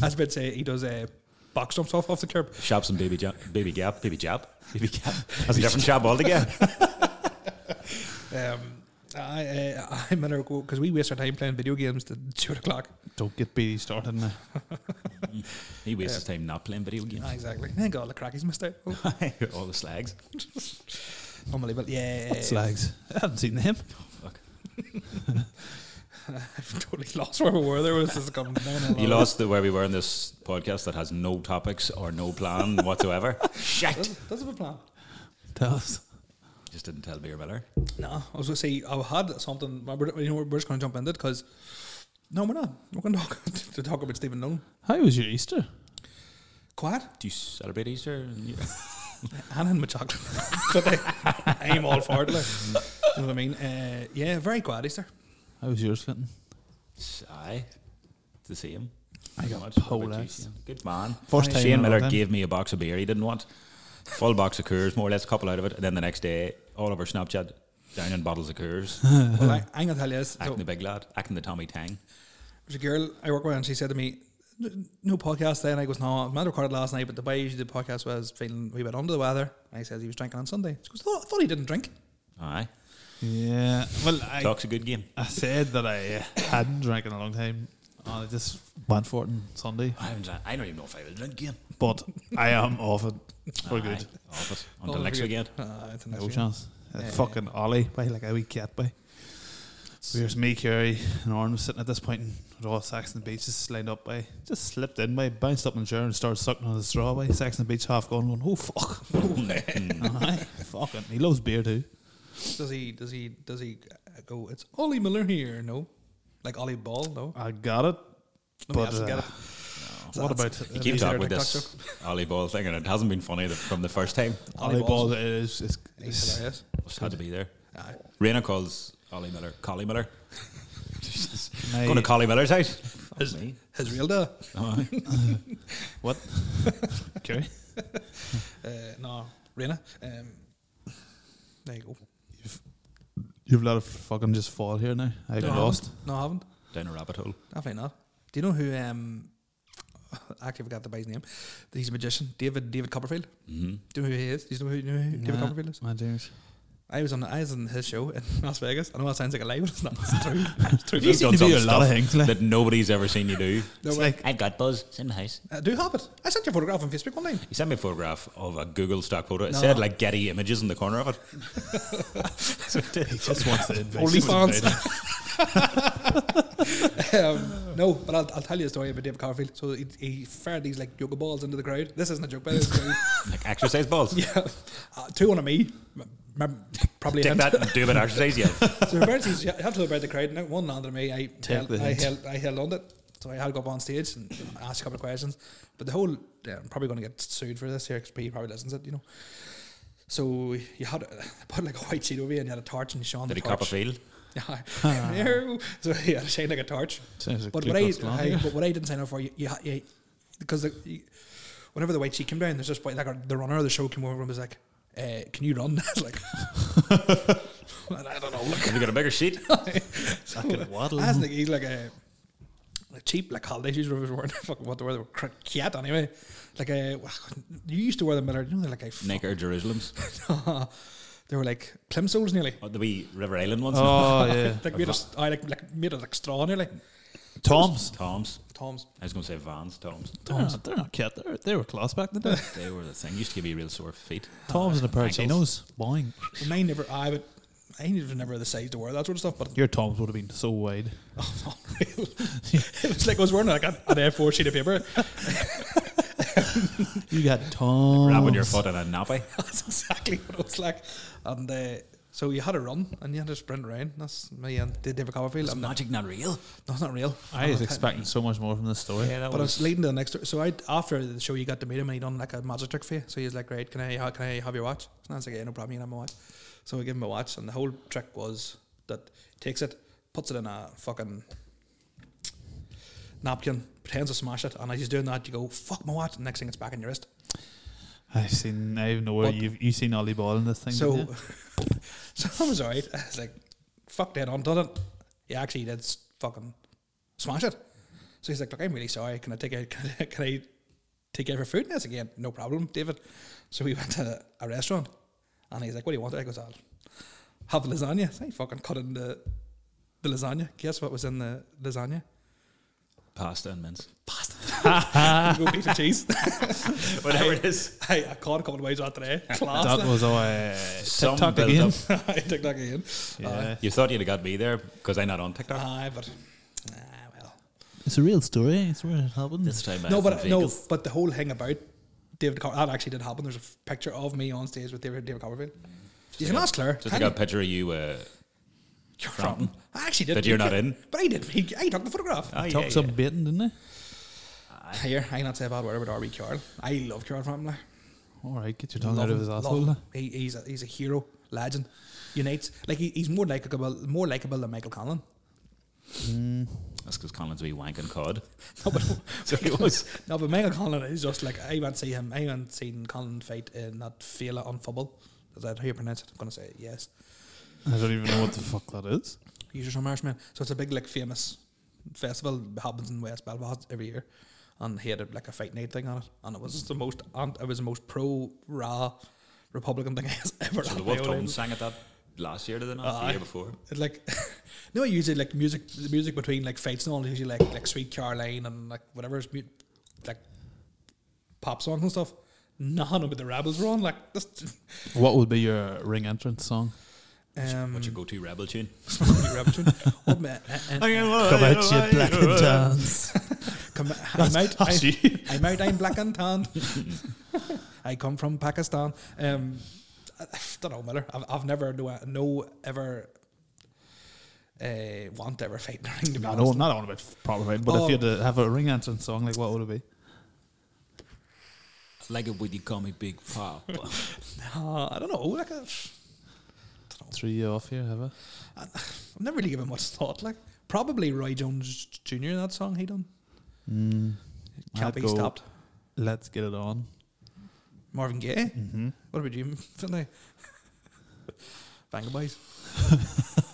Speaker 1: I was about to say, he does uh, box jumps off off the curb.
Speaker 3: Shops and baby jab, baby gap, baby jab, (laughs) baby gap. That's a different shop altogether.
Speaker 1: Um, I, I I'm in a because we waste our time playing video games to two o'clock.
Speaker 2: Don't get Beatty started now.
Speaker 3: (laughs) He wastes his time not playing video games.
Speaker 1: Ah, exactly. Thank God the crackies missed out. Oh,
Speaker 3: (laughs) All the slags.
Speaker 1: unbelievable. Yeah. (laughs)
Speaker 2: Slags. (laughs) I haven't seen him.
Speaker 3: Fuck.
Speaker 1: I've totally lost where we were. There was this coming down.
Speaker 3: (laughs) You lost the, where we were in this podcast that has no topics or no (laughs) plan whatsoever. Shit.
Speaker 1: Does have a plan?
Speaker 2: Tell us.
Speaker 3: Just didn't tell Beer Miller.
Speaker 1: No, I was gonna say I had something. but We're, you know, we're just gonna jump into it because no, we're not. We're gonna talk (laughs) to talk about Stephen Nolan.
Speaker 2: How was your Easter?
Speaker 1: Quiet.
Speaker 3: Do you celebrate Easter?
Speaker 1: and in my chocolate. (laughs) But I- I'm all for it. Like. you know what I mean? Uh, yeah, very quiet Easter.
Speaker 2: How was yours, Fenton?
Speaker 3: Aye. It's the same.
Speaker 2: I got
Speaker 3: Much. What about you,
Speaker 2: polarised.
Speaker 3: Shane? Good man.
Speaker 2: First time in
Speaker 3: Shane
Speaker 2: a long
Speaker 3: Miller
Speaker 2: time.
Speaker 3: gave me a box of beer he didn't want. Full box of Coors, more or less, a couple out of it. And then the next day, all over Snapchat, down in bottles
Speaker 2: (laughs)
Speaker 3: of Coors.
Speaker 2: Uh-huh.
Speaker 1: Well, I, I'm gonna tell you this. So,
Speaker 3: acting the big lad, acting the Tommy Tang.
Speaker 1: there's a girl I work with, and she said to me, "N- "No podcast." Then I goes, "No, I might have recorded last night, but the guy who did the podcast was feeling a wee bit under the weather." And he says he was drinking on Sunday. She goes, "Thought, I thought he didn't drink."
Speaker 3: Aye.
Speaker 2: Yeah. Well, I,
Speaker 3: Talk's a good game.
Speaker 2: I said that I uh, hadn't drank in a long time. and I just went for it on Sunday.
Speaker 3: I, haven't- I don't even know if I will drink again.
Speaker 2: But I am off it for
Speaker 3: Aye,
Speaker 2: good.
Speaker 3: off (laughs) it. Until
Speaker 1: Oh,
Speaker 3: next
Speaker 1: very
Speaker 3: weekend.
Speaker 1: good. Ah, until next
Speaker 2: No
Speaker 1: weekend.
Speaker 2: chance. Uh,
Speaker 1: Yeah,
Speaker 2: fucking Ollie, by like a wee cat, by. There's me, Kerry, and Oren was sitting at this point, and all Saxon Beach just lined up by. Just slipped in by, bounced up in the chair and started sucking on the straw by. Saxon Beach half gone, going, oh fuck.
Speaker 3: Mm.
Speaker 2: Aye, (laughs) fucking. He loves beer too.
Speaker 1: Does he? Does he? Does he uh, go? It's Ollie Miller here. No, like Ollie Ball. No.
Speaker 2: I got it.
Speaker 1: Let me
Speaker 2: But
Speaker 1: actually
Speaker 2: uh,
Speaker 1: get it.
Speaker 2: what about
Speaker 3: You
Speaker 1: Have you
Speaker 3: keep
Speaker 1: seen
Speaker 3: talking
Speaker 1: our
Speaker 3: with
Speaker 1: TikTok
Speaker 3: this (laughs) Ollie Ball thing, and it hasn't been funny the, from the first time.
Speaker 1: Ollie
Speaker 2: Ollie
Speaker 1: Balls?
Speaker 2: Balls? It is, it's,
Speaker 1: He's
Speaker 2: it's,
Speaker 1: hilarious.
Speaker 3: Just had to be there.
Speaker 1: Aye.
Speaker 3: Raina calls Ollie Miller Collie Miller.
Speaker 1: (laughs)
Speaker 2: my-
Speaker 3: Going to Collie Miller's (laughs) house. Fuck me.
Speaker 1: His real dad.
Speaker 3: Aye.
Speaker 1: (laughs)
Speaker 2: what? Kerry,
Speaker 1: Uh, no, Reina. Um, there you go.
Speaker 2: you've let it fucking just fall here now. I got
Speaker 1: No, I
Speaker 2: lost.
Speaker 1: haven't. No, I haven't.
Speaker 3: (laughs) Down a rabbit (laughs) hole.
Speaker 1: Definitely not. Do you know who? Um, I actually forgot the guy's name. He's a magician, David David er Copperfield. er
Speaker 3: Mm-hmm.
Speaker 1: Do you know who he is? Do you know who, you know who David
Speaker 2: Nah,
Speaker 1: er Copperfield is?
Speaker 2: I don't.
Speaker 1: I was on I was on his show in Las Vegas. I know that sounds like a lie, but it's not. It's true. It's
Speaker 3: (laughs)
Speaker 1: true.
Speaker 2: You
Speaker 3: You've
Speaker 2: seem
Speaker 3: done
Speaker 2: to be a
Speaker 3: some
Speaker 2: lot of
Speaker 3: stuff
Speaker 2: things, like-
Speaker 3: that nobody's ever seen you (laughs) do.
Speaker 1: No,
Speaker 2: It's
Speaker 1: well,
Speaker 2: like
Speaker 4: I've got buzz. It's in the house.
Speaker 1: er I do have it. I sent you a photograph on Facebook one time.
Speaker 3: He sent me a photograph of a Google stock photo. It
Speaker 1: No.
Speaker 3: said like Getty images in the corner of it. (laughs)
Speaker 2: he just wants to
Speaker 3: er
Speaker 2: invest.
Speaker 1: Only (laughs)
Speaker 2: He's
Speaker 1: fans.
Speaker 2: invited.
Speaker 1: um, no, but I'll, I'll tell you a story about David Copperfield. So he, he fired these like yoga balls into the crowd. This isn't a joke, but it's true.
Speaker 3: Like exercise balls.
Speaker 1: yeah, uh, two on a me. M- m- Probably
Speaker 3: Take
Speaker 1: an-
Speaker 3: that and do a bit of exercise, yeah. (laughs)
Speaker 1: so Roberto's you have to about the crowd now. One landed on me. I held,
Speaker 2: the
Speaker 1: I
Speaker 2: hint.
Speaker 1: held I held on to it. So I had to go up on stage and ask a couple of questions. But the whole yeah, I'm probably going to get sued for this here because he probably listens to it, you know. So you had I (laughs) put like a white sheet over you and you had a torch and you shone
Speaker 3: Did
Speaker 1: the
Speaker 3: he
Speaker 1: torch.
Speaker 3: cop a field?
Speaker 1: (laughs) Yeah. so he had to shine like a torch.
Speaker 2: Sounds like
Speaker 1: but,
Speaker 2: Ku
Speaker 1: what I,
Speaker 2: Klux Klan,
Speaker 1: I-
Speaker 2: yeah.
Speaker 1: but what I didn't sign up for, you, you, ha- you because the, you, whenever the white sheet came down, there's just like our- the runner of the show came over and was like, uh, "Can you run?" (laughs) I was like, I don't know. Look, (laughs)
Speaker 3: Have you got a bigger sheet?
Speaker 2: I could waddle.
Speaker 1: I think he's like a, a cheap like holiday shoes. Whatever (laughs) wearing, fucking what they were, they were cricket anyway. Like a, you used to wear them, Miller. You know they're like a. fuck-
Speaker 3: Naked Jerusalem's.
Speaker 1: (laughs) they were like plimsolls nearly.
Speaker 3: Oh, the wee River Island ones.
Speaker 2: Oh yeah,
Speaker 1: Like made us, I like like made of like straw nearly.
Speaker 2: Tom's.
Speaker 3: Tom's.
Speaker 1: Tom's.
Speaker 3: I was going to say Vans, Tom's.
Speaker 2: Tom's. They're not cat. They're, they were class back in the day.
Speaker 3: They were the thing. Used to give me real sore feet.
Speaker 2: (laughs) Tom's and a pair of chinos.
Speaker 3: Ankles.
Speaker 2: Boing.
Speaker 1: Well, mine never. I would. I was never the size to wear that sort of stuff, but
Speaker 2: Your Tom's would have been so wide.
Speaker 1: oh, unreal. it was like I was wearing like an an A4 sheet of paper.
Speaker 2: You (laughs) got Tom's.
Speaker 3: Wrapping your foot in a nappy.
Speaker 1: (laughs) That's exactly what it was like. And uh, so you had a run and you had to sprint around. That's me and did David Copperfield.
Speaker 3: Is
Speaker 1: I'm not,
Speaker 3: magic not real?
Speaker 1: no, it's not real.
Speaker 2: I was expecting so much more from this story.
Speaker 3: that
Speaker 1: But I was leading to the next. story. So I after the show, you got to meet him, and he done like a magic trick for you. So he was like, "Right, can I ha- can I have your watch?" And I was like, "Yeah, no problem, you can have my watch." So I gave him a watch, and the whole trick was that he takes it, puts it in a fucking napkin, pretends to smash it, and as he's doing that, you go, "Fuck my watch!" And next thing, it's back in your wrist.
Speaker 2: I've seen. I know where
Speaker 1: What?
Speaker 2: you've you seen Ollie Ball in this thing.
Speaker 1: So,
Speaker 2: didn't you?
Speaker 1: (laughs) so I was alright. I was like, "Fuck that, on done it." He actually did (laughs) s- fucking smash it. So he's like, "Look, I'm really sorry. Can I take a can I, can I take care of your food. And I was like, yeah, no problem, David. So we (laughs) went to a restaurant and he's like, what do you want? I goes, I'll have lasagna. So I fucking cut in the, the lasagna. Guess what was in the lasagna?
Speaker 3: Pasta and
Speaker 1: (laughs)
Speaker 3: mince.
Speaker 2: Ah.
Speaker 1: Go beef and cheese. (laughs)
Speaker 3: Whatever it is.
Speaker 1: I, I caught a couple of ways out today.
Speaker 2: (laughs) That
Speaker 1: Class.
Speaker 2: was (laughs) uh,
Speaker 3: Some
Speaker 2: TikTok
Speaker 3: build
Speaker 2: again.
Speaker 1: (laughs)
Speaker 3: up.
Speaker 1: I took that again.
Speaker 2: Yeah.
Speaker 3: You thought you'd have got me there because I'm not on TikTok.
Speaker 1: Aye, but ah, well.
Speaker 2: It's a real story. It's where it happened.
Speaker 3: This time I
Speaker 1: no,
Speaker 3: have
Speaker 1: but
Speaker 3: some
Speaker 1: no,
Speaker 3: vehicles.
Speaker 1: but the whole thing about David Car- that actually did happen. There's a f- picture of me on stage with David David Copperfield. You can ask Claire.
Speaker 3: Just
Speaker 1: can
Speaker 3: like a
Speaker 1: you?
Speaker 3: picture of you. Uh,
Speaker 1: You're Frampton.
Speaker 3: Frampton.
Speaker 1: I actually did.
Speaker 3: That you're not
Speaker 1: He-
Speaker 3: in.
Speaker 1: But I did. He, I took the photograph.
Speaker 3: oh, yeah,
Speaker 2: Talk some baiting, didn't they?
Speaker 1: Here, I not say a bad word about RB Carroll. I love Carroll Frampton. like.
Speaker 2: All right, get your tongue
Speaker 1: Love
Speaker 2: out of
Speaker 1: him,
Speaker 2: his
Speaker 1: love
Speaker 2: asshole.
Speaker 1: him.
Speaker 2: like.
Speaker 1: He, he's a, he's a hero, legend. Unites like he, he's more likable, more likable than Michael Conlon.
Speaker 3: That's because Colin's wee wanking cod.
Speaker 1: (laughs) No,
Speaker 3: (laughs)
Speaker 1: but
Speaker 3: So he was.
Speaker 1: (laughs) No, but Michael Conlon is just like I went see him. I went seen Conlon fight in that Fela on football. Is that how you pronounce it? I'm gonna say yes.
Speaker 2: I don't even know what the fuck that is.
Speaker 1: Usually from Irishman. So it's a big like famous festival happens in West Belfast every year. And he had a, like a fight night thing on it, and it was the most, and it was the most pro raw Republican thing I has (laughs) ever.
Speaker 3: So
Speaker 1: had
Speaker 3: the
Speaker 1: in
Speaker 3: Wolf
Speaker 1: my
Speaker 3: Tone
Speaker 1: life.
Speaker 3: sang at that last year, did they not?
Speaker 1: Aye.
Speaker 3: the year before.
Speaker 1: It's like (laughs) no, I usually like music, the music between like fights and all. is Usually like like Sweet Caroline and like whatever's mu- like pop songs and stuff. None of the rebels were on. Like this,
Speaker 2: What would be your ring entrance song?
Speaker 1: um, (laughs)
Speaker 3: What's your go to rebel tune?
Speaker 1: Smokey Robinson. What ma- uh, uh,
Speaker 2: Come out your black and dance.
Speaker 1: (laughs) come- I might, I,
Speaker 2: Actually,
Speaker 1: I might, I'm black and tan. I come from Pakistan. Um, I I don't know, Miller. I've, I've never no, no ever uh, want to ever fight in the ring. To be
Speaker 2: I
Speaker 1: honest.
Speaker 2: don't, not on about proper fight, but
Speaker 1: Oh.
Speaker 2: if you had to have a ring entrance song, like what would it be?
Speaker 3: Like it would you call me Big (laughs) Pop.
Speaker 1: Uh, I don't know. Like a,
Speaker 2: Three you off here, have I?
Speaker 1: I've never really given much thought. Like probably Roy Jones Jr. That song he done can't
Speaker 2: Mm. I'd
Speaker 1: be
Speaker 2: go,
Speaker 1: stopped.
Speaker 2: Let's get it on.
Speaker 1: Marvin Gaye.
Speaker 2: Mm-hmm.
Speaker 1: What about you, Finlay? (laughs) Banger Boys.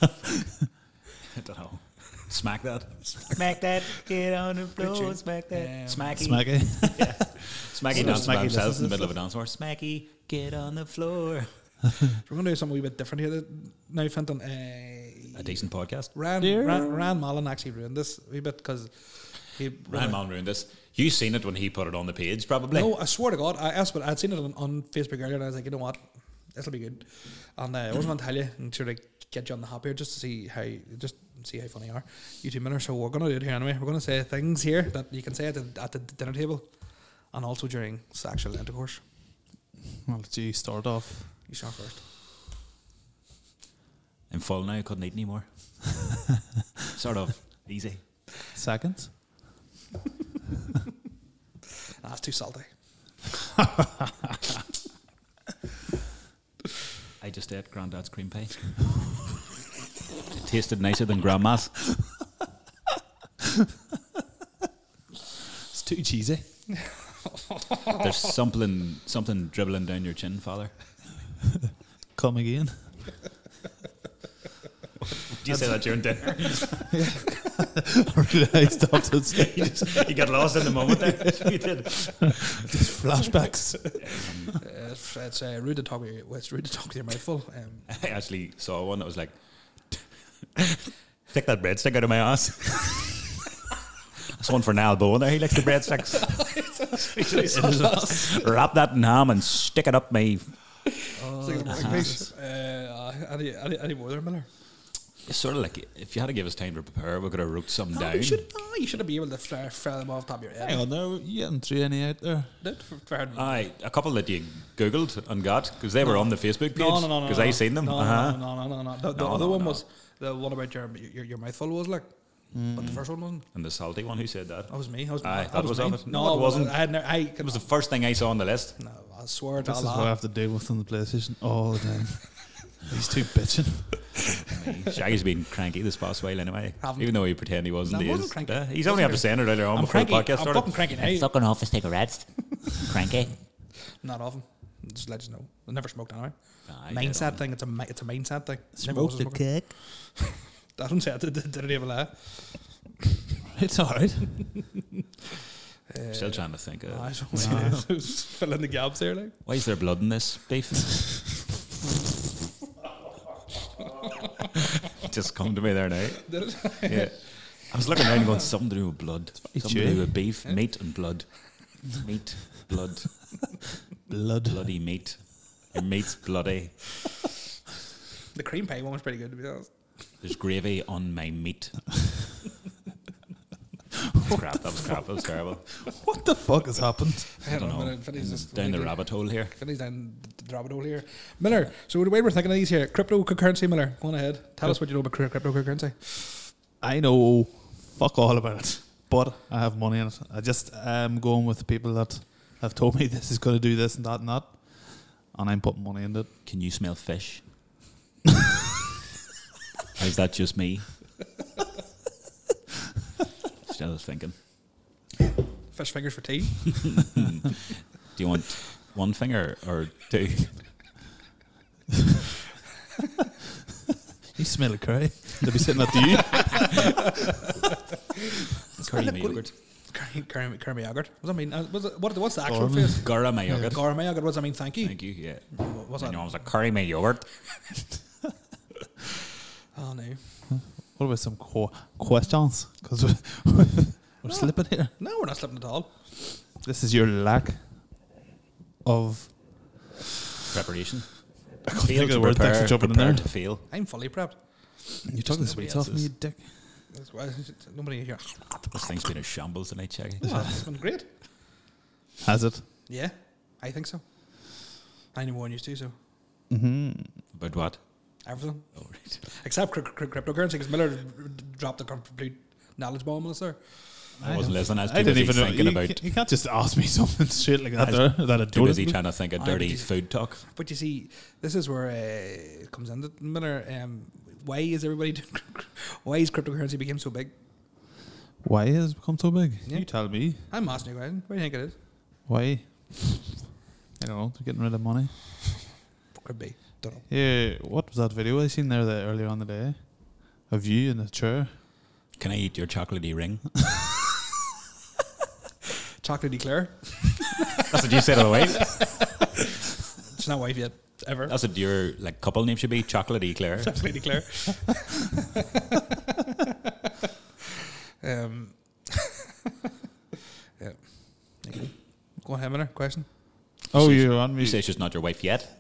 Speaker 3: I don't know. Smack that. Smack that. Get on the
Speaker 1: floor, tune.
Speaker 3: Smack
Speaker 1: that. Um,
Speaker 3: Smacky.
Speaker 2: Smacky.
Speaker 3: Smacky
Speaker 2: Sort of
Speaker 3: dances
Speaker 2: Smacky
Speaker 3: by himself
Speaker 2: dances
Speaker 3: in the
Speaker 2: and
Speaker 3: middle of a dance floor. Smacky, get on the floor.
Speaker 1: We're going to do something a wee bit different here th- now, Fenton. Uh,
Speaker 3: A decent podcast.
Speaker 1: Ran,
Speaker 2: Dear.
Speaker 1: Ran, Ran Mullen actually ruined this a wee bit because he.
Speaker 3: Ryan Mullen ruined this. You seen it when he put it on the page, probably.
Speaker 1: No, I swear to God, I asked, but I'd seen it on, on Facebook earlier, and I was like, you know what, this'll be good. And uh, I was going to tell you and sort of get you on the hop here just to see how just see how funny you are. You two men are so we're going to do it here anyway. We're going to say things here that you can say at the, at the dinner table, and also during sexual intercourse.
Speaker 2: (laughs) Well, gee, start off.
Speaker 1: You start first.
Speaker 3: I'm full now. I couldn't eat (laughs) anymore. sort of easy.
Speaker 2: Seconds.
Speaker 1: Ah, it's too
Speaker 3: (laughs)
Speaker 1: salty.
Speaker 3: I just ate Grandad's cream pie. it tasted nicer than (laughs) Grandma's.
Speaker 2: It's too cheesy.
Speaker 3: There's something something dribbling down your chin, Father.
Speaker 2: Come again. (laughs)
Speaker 3: Do you say that during dinner?
Speaker 2: I stopped and
Speaker 3: (laughs)
Speaker 2: said,
Speaker 3: you, just, you get lost in the moment there. (laughs) You did.
Speaker 2: just flashbacks.
Speaker 1: Uh, it's it's uh, rude to talk with your, well, it's rude to talk with your mouth full. Um,
Speaker 3: (laughs)
Speaker 1: (laughs)
Speaker 3: I actually saw one that was like, (laughs) take that breadstick out of my ass. (laughs) That's one for Niall Bowen there. He likes the (laughs) breadsticks. Wrap that in ham and stick it up my.
Speaker 1: Second leg piece. Uh, uh, any, any, any more there, Miller?
Speaker 3: It's sort of like if you had to give us time to prepare, we could have wrote something
Speaker 1: No,
Speaker 3: down.
Speaker 1: you should. No, you should have been able to fire, fire them off the top of your head.
Speaker 2: Hang on there, you haven't threw any out there.
Speaker 1: Did for- fire them
Speaker 3: Aye, a couple that you googled and got because they were on the Facebook page.
Speaker 1: No, no, no, no.
Speaker 3: Because
Speaker 1: no,
Speaker 3: I seen them.
Speaker 1: No,
Speaker 3: uh-huh.
Speaker 1: no, no, no, no, no. The, the
Speaker 3: No,
Speaker 1: other
Speaker 3: no,
Speaker 1: one
Speaker 3: no.
Speaker 1: was the one about your your, your mouthful was like, but the first one wasn't.
Speaker 3: And the salty one who said that.
Speaker 1: That was me. That was,
Speaker 3: Aye,
Speaker 1: Mm. that
Speaker 3: that was
Speaker 1: mine.
Speaker 3: of it.
Speaker 1: No,
Speaker 3: No, it
Speaker 1: well,
Speaker 3: wasn't.
Speaker 1: I had no. I
Speaker 3: It was the first thing I saw on the list.
Speaker 1: no, I swear to
Speaker 2: This is what I
Speaker 1: Allah.
Speaker 2: have to deal with on the PlayStation all the time. (laughs) These two bitching.
Speaker 3: Shaggy's been cranky this past while anyway.
Speaker 1: Haven't.
Speaker 3: Even though he pretended he wasn't.
Speaker 1: No, I
Speaker 3: he
Speaker 1: wasn't
Speaker 3: is.
Speaker 1: cranky.
Speaker 3: Yeah, he's
Speaker 1: Wasn't
Speaker 3: only up
Speaker 1: cranky.
Speaker 3: to saying it earlier on
Speaker 1: I'm
Speaker 3: before
Speaker 1: cranky.
Speaker 3: the podcast
Speaker 1: I'm
Speaker 3: started.
Speaker 1: fucking cranky
Speaker 4: Hey.
Speaker 1: now.
Speaker 4: Sucking off is take a rest. (laughs) Cranky.
Speaker 1: Not often. Just let you know. I never smoked anyway.
Speaker 3: Aye, get
Speaker 1: Mindset
Speaker 3: on.
Speaker 1: thing. It's a mi- it's a mindset thing. Never was
Speaker 4: Smoke
Speaker 1: a
Speaker 4: the
Speaker 1: smoker.
Speaker 4: cake.
Speaker 1: I eh? don't say it. Did not even lie?
Speaker 2: It's alright.
Speaker 3: Still trying to think.
Speaker 1: Nah,
Speaker 3: Of,
Speaker 1: I don't know. (laughs) Just fill in the gaps there, like.
Speaker 3: why is there blood in this
Speaker 1: (laughs)
Speaker 3: beef? Just come to me
Speaker 1: (laughs)
Speaker 3: there now. Yeah. I was looking around and going, something to do with blood. Something to
Speaker 2: chewy.
Speaker 3: do with beef, meat, and blood. Meat, blood,
Speaker 2: Blood.
Speaker 3: bloody meat. Your meat's bloody.
Speaker 1: The cream pie one was pretty good, to be honest.
Speaker 3: There's gravy on
Speaker 1: (laughs)
Speaker 3: my meat. That's crap, that was crap, that was terrible.
Speaker 2: What the fuck has happened?
Speaker 3: I don't
Speaker 1: Hang on a
Speaker 3: know.
Speaker 1: minute, Vinny's just
Speaker 3: Down the
Speaker 1: really-
Speaker 3: rabbit hole here.
Speaker 1: Vinny's down the- the rabbit hole here. Miller, so the way we're thinking of these here, cryptocurrency, Miller, go on ahead. Tell us what you know about cryp- cryptocurrency.
Speaker 2: I know fuck all about it, but I have money in it. I just am going with the people that have told me (laughs) this is going to do this and that and that, and I'm putting money in it.
Speaker 3: Can you
Speaker 2: (laughs)
Speaker 3: smell fish? or is that just me? Still thinking.
Speaker 1: Fish fingers for tea.
Speaker 3: Hmm. Do you want one finger or two?
Speaker 2: You smell a curry. They'll be sitting at (laughs) the U.
Speaker 3: Curry and yogurt.
Speaker 1: Kermit yogurt. What does that mean? Uh, Was it, what, what's the actual
Speaker 2: Gourmet.
Speaker 1: phrase?
Speaker 3: Gara my yogurt.
Speaker 1: Gourmet yogurt. What does that mean? Thank you.
Speaker 3: Thank you, yeah.
Speaker 1: What- What's
Speaker 3: and
Speaker 1: that?
Speaker 3: your mum was like, curry my yogurt.
Speaker 1: Oh, no.
Speaker 2: What about some qu- questions? Because we're, (laughs) we're slipping here.
Speaker 1: No, we're not slipping at all.
Speaker 2: This is your lack of.
Speaker 3: Preparation.
Speaker 2: think
Speaker 3: Fail
Speaker 2: of
Speaker 3: to
Speaker 2: the word, thanks
Speaker 3: prepare,
Speaker 2: for jumping in
Speaker 3: prepare
Speaker 2: there.
Speaker 3: to fail.
Speaker 1: I'm fully prepped.
Speaker 2: You took this
Speaker 3: nobody
Speaker 2: week off me,
Speaker 3: else's.
Speaker 2: you dick.
Speaker 1: That's why (laughs) nobody here.
Speaker 3: This thing's been a shambles tonight, Shaggy.
Speaker 1: Oh, it's been great.
Speaker 2: Has it?
Speaker 1: Yeah, I think so. I know more on you too, so
Speaker 2: Mm-hmm.
Speaker 3: About what?
Speaker 1: everything
Speaker 3: Oh, right.
Speaker 1: except cr- cr- cryptocurrency because Miller d- d- dropped a complete knowledge bomb on us there.
Speaker 3: I wasn't listening. I was too
Speaker 2: I didn't
Speaker 3: busy
Speaker 2: even know.
Speaker 3: thinking
Speaker 2: You,
Speaker 3: about.
Speaker 2: ca- you can't just ask me (laughs) something straight like that.
Speaker 3: I
Speaker 2: There,
Speaker 3: was
Speaker 2: that I
Speaker 3: Too
Speaker 2: don't
Speaker 3: busy
Speaker 2: know.
Speaker 3: trying to think of
Speaker 1: I
Speaker 3: dirty
Speaker 1: did-
Speaker 3: food talk.
Speaker 1: But you see, this is where uh, it comes in, Miller. Um, why is everybody? (laughs) Doing, why is cryptocurrency became so big?
Speaker 2: Why has it become so big?
Speaker 1: Yeah.
Speaker 2: You tell me.
Speaker 1: I'm asking you, Ryan. What do you think it is?
Speaker 2: Why? I don't know. They're getting rid of money.
Speaker 1: Could be. Don't know.
Speaker 2: Yeah, what was that video I seen there that earlier on the day? Of you in a chair.
Speaker 3: Can I eat your chocolatey ring?
Speaker 1: Chocolate declare.
Speaker 3: That's what you said oh, on the (laughs) way.
Speaker 1: It's not wife yet. (laughs) Ever.
Speaker 3: That's what your like couple name should be. Chocolatey Claire.
Speaker 1: Chocolate declare. (laughs) um. (laughs) yeah. Thank you. Go ahead, Miller. Question.
Speaker 2: Oh,
Speaker 3: says-
Speaker 2: you're on me.
Speaker 3: You say she's not your wife yet.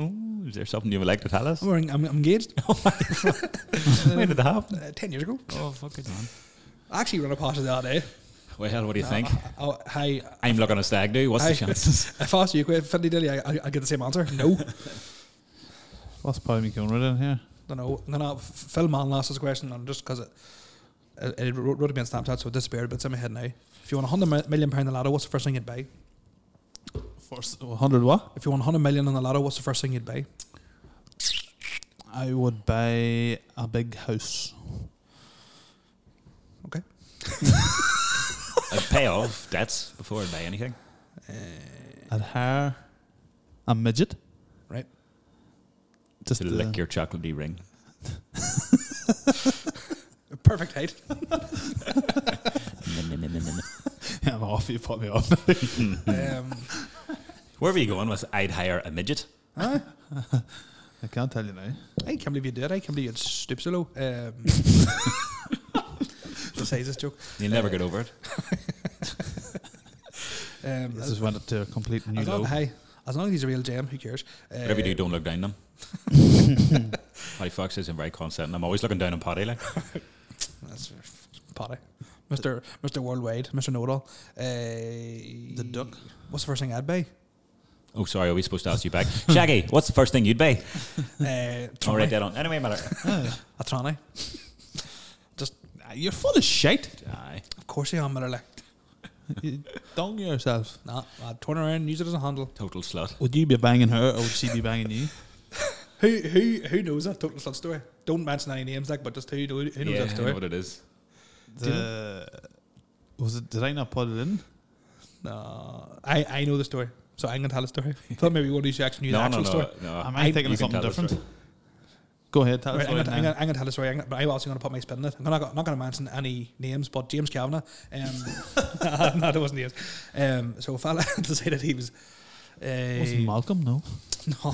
Speaker 3: Oh, is there something you would like to tell us?
Speaker 1: I'm, wearing, I'm, I'm engaged.
Speaker 3: When did that happen?
Speaker 1: Uh, Ten years ago,
Speaker 3: Oh, fuck it, man.
Speaker 1: I actually ran a party the other day.
Speaker 3: Well, what do you think?
Speaker 1: I, I,
Speaker 3: I'm looking at a stag do. What's the
Speaker 1: I-
Speaker 3: chances?
Speaker 1: Oh, (laughs) if I asked you a question, Finley Dilly, I, I, I get the same answer. No,
Speaker 2: What's probably me going right in here?
Speaker 1: no, no. no, no. F- Phil Mann asked us a question, and just because it, it, it wrote wrote it me on Snapchat, so it disappeared, but it's in my head now. If you want a hundred mi- million pound in the lotto, what's the first thing you'd buy?
Speaker 2: First, 100 what?
Speaker 1: If you want a hundred million in the lotto, what's the first thing you'd buy?
Speaker 2: I would buy a big house.
Speaker 1: Okay.
Speaker 3: I'd pay off debts before I buy anything.
Speaker 2: I'd hire a midget.
Speaker 1: Right.
Speaker 2: Just uh,
Speaker 3: To
Speaker 2: (laughs)
Speaker 3: lick your chocolatey ring.
Speaker 1: Perfect height.
Speaker 2: I'm off. You put me off.
Speaker 1: um,
Speaker 3: Where were you going with? I'd hire a midget.
Speaker 2: I can't tell you now.
Speaker 1: I can't believe you did. I can't believe you'd stoop so low. Um, just say this joke.
Speaker 3: You'll never get over it.
Speaker 1: Um,
Speaker 2: This is when it to a complete new
Speaker 1: as long,
Speaker 2: low.
Speaker 1: hey, as long as he's a real gem, who cares? Uh,
Speaker 3: Whatever you do, don't look down them. (laughs) Paddy Fox is in very constant, and I'm always looking down on Paddy. Like,
Speaker 1: That's potty. Mr. Mr. Worldwide, Mr. Nodal. Uh, the
Speaker 2: duck.
Speaker 1: What's the first thing I'd
Speaker 3: (laughs)
Speaker 1: buy?
Speaker 3: oh, sorry, are we supposed to ask you back? Shaggy, what's the first thing you'd buy?
Speaker 1: Uh,
Speaker 3: All right,
Speaker 1: trolley.
Speaker 3: dead on. Anyway, (laughs) matter.
Speaker 1: a trolley.
Speaker 2: Ah, You're full of shit.
Speaker 3: Aye.
Speaker 1: Of course you am, Miller. Like,
Speaker 2: You dung yourself.
Speaker 1: nah, I'd turn around and use it as a handle.
Speaker 3: Total slut.
Speaker 2: Would you be banging her or would she be banging you?
Speaker 1: Who who who knows that total slut story? Don't mention any names, like, but just who, who knows
Speaker 3: yeah,
Speaker 1: that
Speaker 3: I
Speaker 1: story?
Speaker 3: know what it is.
Speaker 2: The, was it? Did I not put it in?
Speaker 1: No, I, I know the story,
Speaker 3: (laughs)
Speaker 1: so I'm gonna tell the story. I thought maybe one of you actually knew the actual story.
Speaker 3: no.
Speaker 2: Am I
Speaker 3: You
Speaker 2: thinking
Speaker 3: can
Speaker 2: of something
Speaker 3: tell us,
Speaker 2: different?
Speaker 3: right?
Speaker 2: Go ahead, tell us
Speaker 1: Right, I'm,
Speaker 2: about
Speaker 1: gonna, I'm,
Speaker 2: it now.
Speaker 1: gonna, I'm gonna tell the story, I'm gonna- but I'm also gonna put my spin on it. I'm, gonna, I'm not gonna mention any names, but James Kavanagh.
Speaker 2: (laughs)
Speaker 1: Um, (laughs) no, there wasn't names. Um, so a fella (laughs) decided he was. Uh,
Speaker 2: Wasn't Malcolm, no.
Speaker 1: (laughs) no,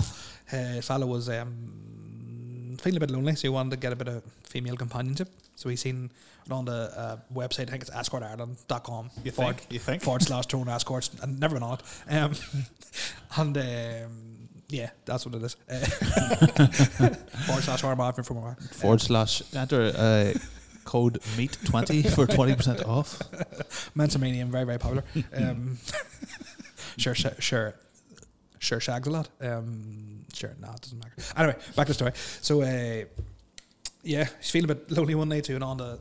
Speaker 1: uh, fella was um, feeling a bit lonely, so he wanted to get a bit of female companionship. So he seen it on the uh, website. I think it's escortireland.com
Speaker 2: You
Speaker 1: forward,
Speaker 2: think? You think?
Speaker 1: forward slash throne escorts. I've never been on it. Um, (laughs) and um, yeah, that's what it is. Uh, (laughs) forward slash arm off from where.
Speaker 2: Forward slash enter uh, code meat (laughs) twenty for twenty percent off.
Speaker 1: Mentomanium, very, very popular. Um, (laughs) sure, sure, sure. Sure, shags a lot. Um, sure, nah, it doesn't matter. Anyway, back to the story. So, uh, yeah, she's feeling a bit lonely one night too, and on the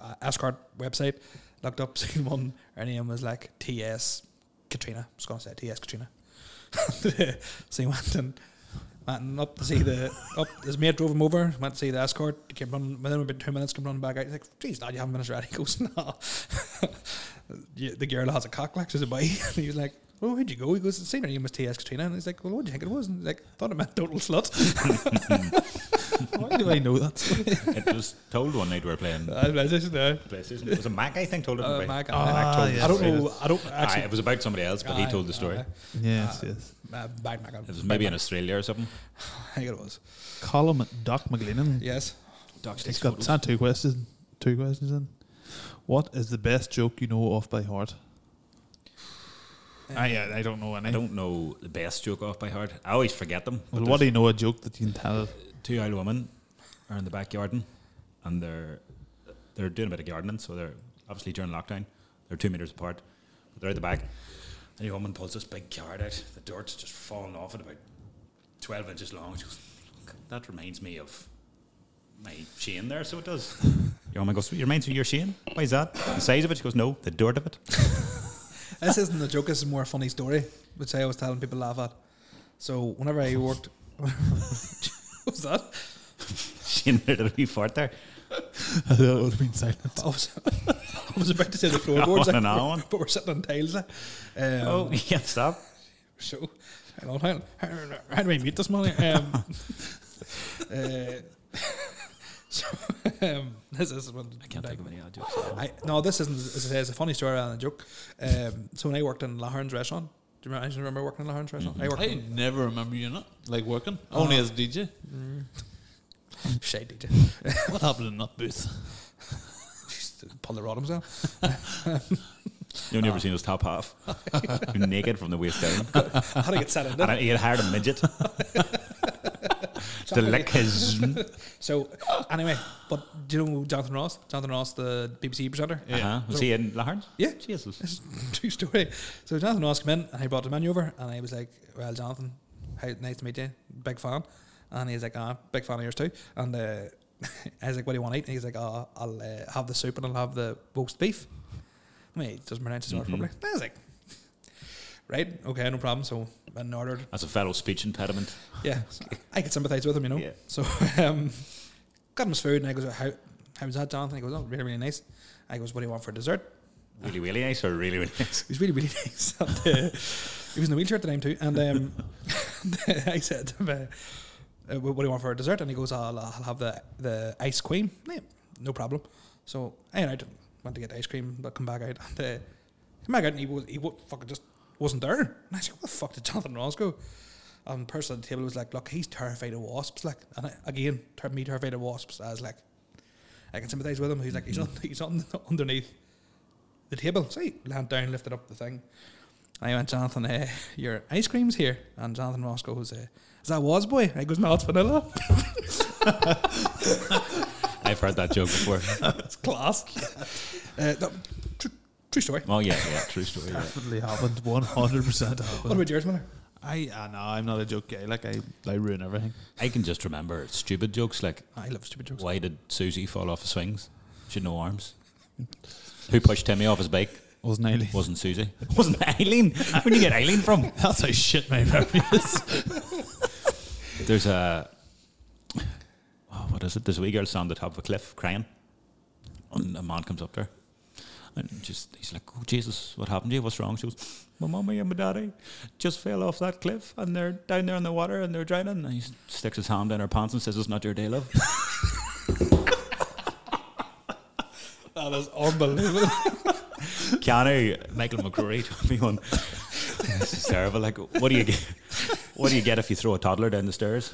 Speaker 1: uh, Escort website, looked up, (laughs) seen one, her name was like T.S. Katrina. I was going to say T.S. Katrina. (laughs) so he went and, went and up to see the, up, his mate drove him over, went to see the escort, he came running, within about two minutes, came running back out, he's like, geez, lad, you haven't finished ready. He goes, (laughs) no. "You- the girl has a cock like, she's a boy. (laughs) and he was like, well, where'd you go? He goes, seen her name was er T.S. Katrina. And he's like, well, what do you think it was? And he's like, thought it meant total slut.
Speaker 3: (laughs)
Speaker 2: Why do I know that?
Speaker 3: (laughs) it was told one night we were playing
Speaker 1: I was just, uh,
Speaker 3: PlayStation. It was a Mac, I think, told it.
Speaker 1: Uh,
Speaker 3: to be.
Speaker 1: Mac,
Speaker 3: I think Mac
Speaker 2: ah,
Speaker 3: told the
Speaker 2: yes.
Speaker 1: I don't
Speaker 3: story.
Speaker 1: know. I don't
Speaker 3: Aye,
Speaker 1: actually.
Speaker 3: it was about somebody else, but Ah, he
Speaker 1: Aye,
Speaker 3: told the story.
Speaker 1: aye.
Speaker 2: Yes, yes.
Speaker 1: Uh, bad Mac.
Speaker 3: It was maybe in Australia or something.
Speaker 1: (laughs) I think it was.
Speaker 2: Column Doc McGlennon.
Speaker 1: Yes.
Speaker 2: He's got it's not two questions. Two questions in. What is the best joke you know off by heart? I I don't know any.
Speaker 3: I don't know the best joke off by heart. I always forget them.
Speaker 2: well,
Speaker 3: but
Speaker 2: what do you know a joke that you can tell? (laughs)
Speaker 3: two old women are in the backyard and they're they're doing a bit of gardening, so they're obviously during lockdown. They're two meters apart, but they're at the back. And the woman pulls this big carrot out. The dirt's just falling off it about twelve inches long. She goes, Look, that reminds me of my Shane there, so it does. (laughs) Your woman goes, It reminds me of your Shane? Why is that? The size of it? She goes, No, the dirt of it. (laughs)
Speaker 1: this isn't a joke. This is more a funny story, which I was telling people laugh at. So whenever I worked, (laughs) what was that?
Speaker 3: Shane did a wee fart there.
Speaker 2: that would have been silent.
Speaker 1: I was, I was about to
Speaker 3: (laughs)
Speaker 1: say the floorboards,
Speaker 3: On and
Speaker 1: like,
Speaker 3: on.
Speaker 1: (laughs) but we're sitting on tiles. Like. Um,
Speaker 3: oh, (laughs) you can't stop.
Speaker 1: So, hang on, hang on. How do I mute this morning? Um, (laughs) uh, (laughs) so, um, this is one.
Speaker 3: I can't think of any odd jokes.
Speaker 1: I, no, this isn't. As I say, it's a funny story and a joke. Um, so when I worked in Laharn's restaurant, do you remember? I just remember working in Laharn's restaurant.
Speaker 3: Mm-hmm.
Speaker 1: I worked. in-
Speaker 2: never remember you not like working
Speaker 1: Only
Speaker 2: as DJ.
Speaker 1: (laughs) Shade did
Speaker 2: What happened in that booth?
Speaker 1: pull the rod himself.
Speaker 3: No one ever seen his top half. (laughs) Naked from the waist down.
Speaker 1: How did I get set
Speaker 3: (laughs)
Speaker 1: in?
Speaker 3: And
Speaker 1: there?
Speaker 3: I- he had hired a (laughs) midget to lick his. (laughs)
Speaker 1: So anyway, but do you know Jonathan Ross? Jonathan Ross, the BBC presenter.
Speaker 3: Uh-huh. Was he in Laharns?
Speaker 1: Yeah.
Speaker 3: Jesus.
Speaker 1: It's a (laughs) true story. So Jonathan Ross came in and he brought the menu over and I was like, Well, Jonathan, how nice to meet you. Big fan. And he's like, Ah, big fan of yours too. And uh, (laughs) I was like, What do you want to eat? And he's like, oh, I'll uh, have the soup and I'll have the roast beef. I mean, he doesn't pronounce his word properly. And I was like, (laughs) Right, okay, no problem. So and ordered
Speaker 3: That's a fellow speech impediment.
Speaker 1: (laughs) yeah, I could sympathise with him, you know.
Speaker 3: Yeah.
Speaker 1: So (laughs) um, got him his food, and I goes, "How how was that, Jonathan?" He goes, "Oh, really, really nice." I goes, "What do you want for dessert?"
Speaker 3: Really, really nice or really, really nice?
Speaker 1: He was really, really (laughs) nice. And, uh, he was in a wheelchair at the time too, and um, (laughs) I said, to him, uh, uh, "What do you want for dessert?" And he goes, "I'll, I'll have the the ice cream." Yeah, no problem. So I and I went to get the ice cream, but come back out and uh, come back out, and he was he wa- fucking just wasn't there. And I said, "What the fuck did Jonathan Ross go?" And the person at the table was like, "Look, he's terrified of wasps." Like, and I, again, ter- me terrified of wasps. I was like, I can sympathise with him. He's like, he's on, he's on (laughs) underneath the table. So he leant down, lifted up the thing. And I went, Jonathan, uh, your ice cream's here. And Jonathan Ross goes, uh, is that was boy? I goes, no, it's vanilla.
Speaker 3: (laughs)
Speaker 1: (laughs)
Speaker 3: I've heard that joke before.
Speaker 1: it's class. (laughs) uh, no, true, true story.
Speaker 3: (laughs) Well, yeah, yeah, true story. Yeah.
Speaker 2: (laughs) Definitely happened. One hundred percent
Speaker 1: What
Speaker 2: happened.
Speaker 1: about yours, Miller?
Speaker 2: I uh, no, I'm not a joke guy. Like I, I ruin everything.
Speaker 3: I can just remember stupid jokes like
Speaker 1: I love stupid jokes.
Speaker 3: why did Susie fall off the swings? She had no arms. Who pushed Timmy off his bike?
Speaker 2: Was Niley.
Speaker 3: Wasn't Susie. Wasn't (laughs) Eileen. Where'd you get Eileen from?
Speaker 2: (laughs) That's how shit my memory is.
Speaker 3: (laughs) There's a oh, what is it? There's a wee girl standing on the top of a cliff crying, and a man comes up to her, And just he's like, oh, Jesus, what happened to you? What's wrong? She goes, my mommy and my daddy just fell off that cliff and they're down there in the water and they're drowning. And he sticks his hand in her pants and says, it's not your day, love.
Speaker 1: That is unbelievable.
Speaker 3: Keanu, Michael McCrory (laughs) told me one. This is terrible. Like, what do you get? What do you get if you throw a toddler down the stairs?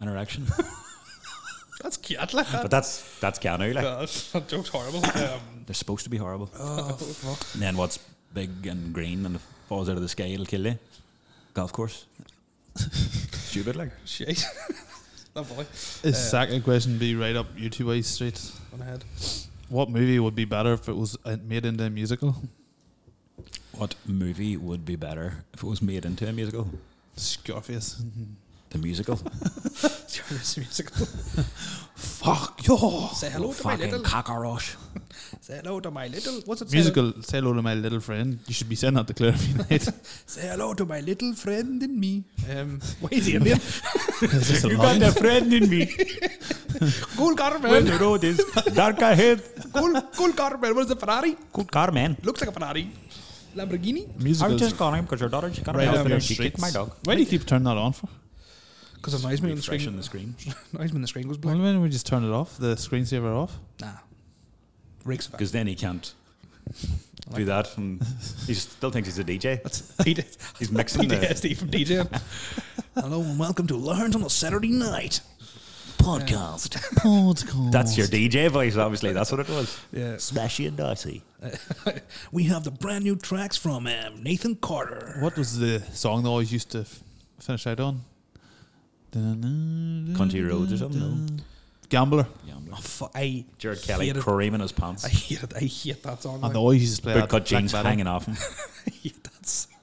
Speaker 3: An erection.
Speaker 1: (laughs) that's cute. Like that.
Speaker 3: But that's that's Keanu. Like,
Speaker 1: No, that's- (laughs) that joke's (laughs) horrible. Um,
Speaker 3: they're supposed to be horrible.
Speaker 1: Oh,
Speaker 3: And then what's big and green and falls out of the sky, it'll kill you. Golf course. Stupid, like.
Speaker 1: shit. (laughs) that boy.
Speaker 2: His second question be right up your two ways straight.
Speaker 1: On ahead.
Speaker 2: What movie would be better if it was uh, made into a musical?
Speaker 3: What movie would be better if it was made into a musical?
Speaker 2: Scarface.
Speaker 3: The musical.
Speaker 1: Serious (laughs) musical.
Speaker 2: Fuck yo.
Speaker 1: Say hello to my
Speaker 3: Fucking
Speaker 1: little.
Speaker 3: cockroach.
Speaker 1: Say hello to my little. What's it say?
Speaker 2: Musical. Say hello to my little friend. You should be saying that to Claire every (laughs) night.
Speaker 1: Say hello to my little friend and me. Um, (laughs) why is he Indian?
Speaker 2: Is this a
Speaker 3: You
Speaker 2: line?
Speaker 3: got a friend in me.
Speaker 1: cool car, man.
Speaker 3: the road is dark ahead.
Speaker 1: Cool, cool car, man. What's the Ferrari?
Speaker 3: Good car, man.
Speaker 1: Looks like a Ferrari. Lamborghini?
Speaker 2: Musicals.
Speaker 3: calling because your daughter, she got
Speaker 2: right up
Speaker 3: husband
Speaker 2: your
Speaker 3: and she kicked
Speaker 2: streets. Why do you keep turning that on for?
Speaker 1: Because it annoys me when the
Speaker 3: Fresh on
Speaker 1: screen,
Speaker 3: the screen.
Speaker 1: annoys me when the screen goes
Speaker 2: Why
Speaker 1: black.
Speaker 2: don't we just turn it off? The screensaver off.
Speaker 1: Nah. Rakes of
Speaker 3: (laughs) Because then he can't do that. (laughs) And he still thinks he's a DJ.
Speaker 1: (laughs)
Speaker 3: He's mixing the
Speaker 1: PTSD from DJ. (laughs) Hello and welcome to Learns on a Saturday Night.
Speaker 4: Podcast.
Speaker 2: Podcast.
Speaker 3: That's your DJ voice, obviously. That's what it was.
Speaker 1: Yeah.
Speaker 4: Smashy and dicey.
Speaker 1: we have the brand new tracks from um, Nathan Carter.
Speaker 2: What was the song they always used to f- finish out on?
Speaker 3: Country Roads or something,
Speaker 2: Gambler.
Speaker 1: Oh, fu- I
Speaker 3: Jared Kelly
Speaker 1: hated-
Speaker 3: creaming his pants.
Speaker 1: I hate it. I hate that song.
Speaker 2: And
Speaker 1: like.
Speaker 2: they always used to play that.
Speaker 3: Bootcut
Speaker 2: Black
Speaker 3: jeans
Speaker 2: Metal.
Speaker 3: hanging off him.
Speaker 1: (laughs) I hate that song.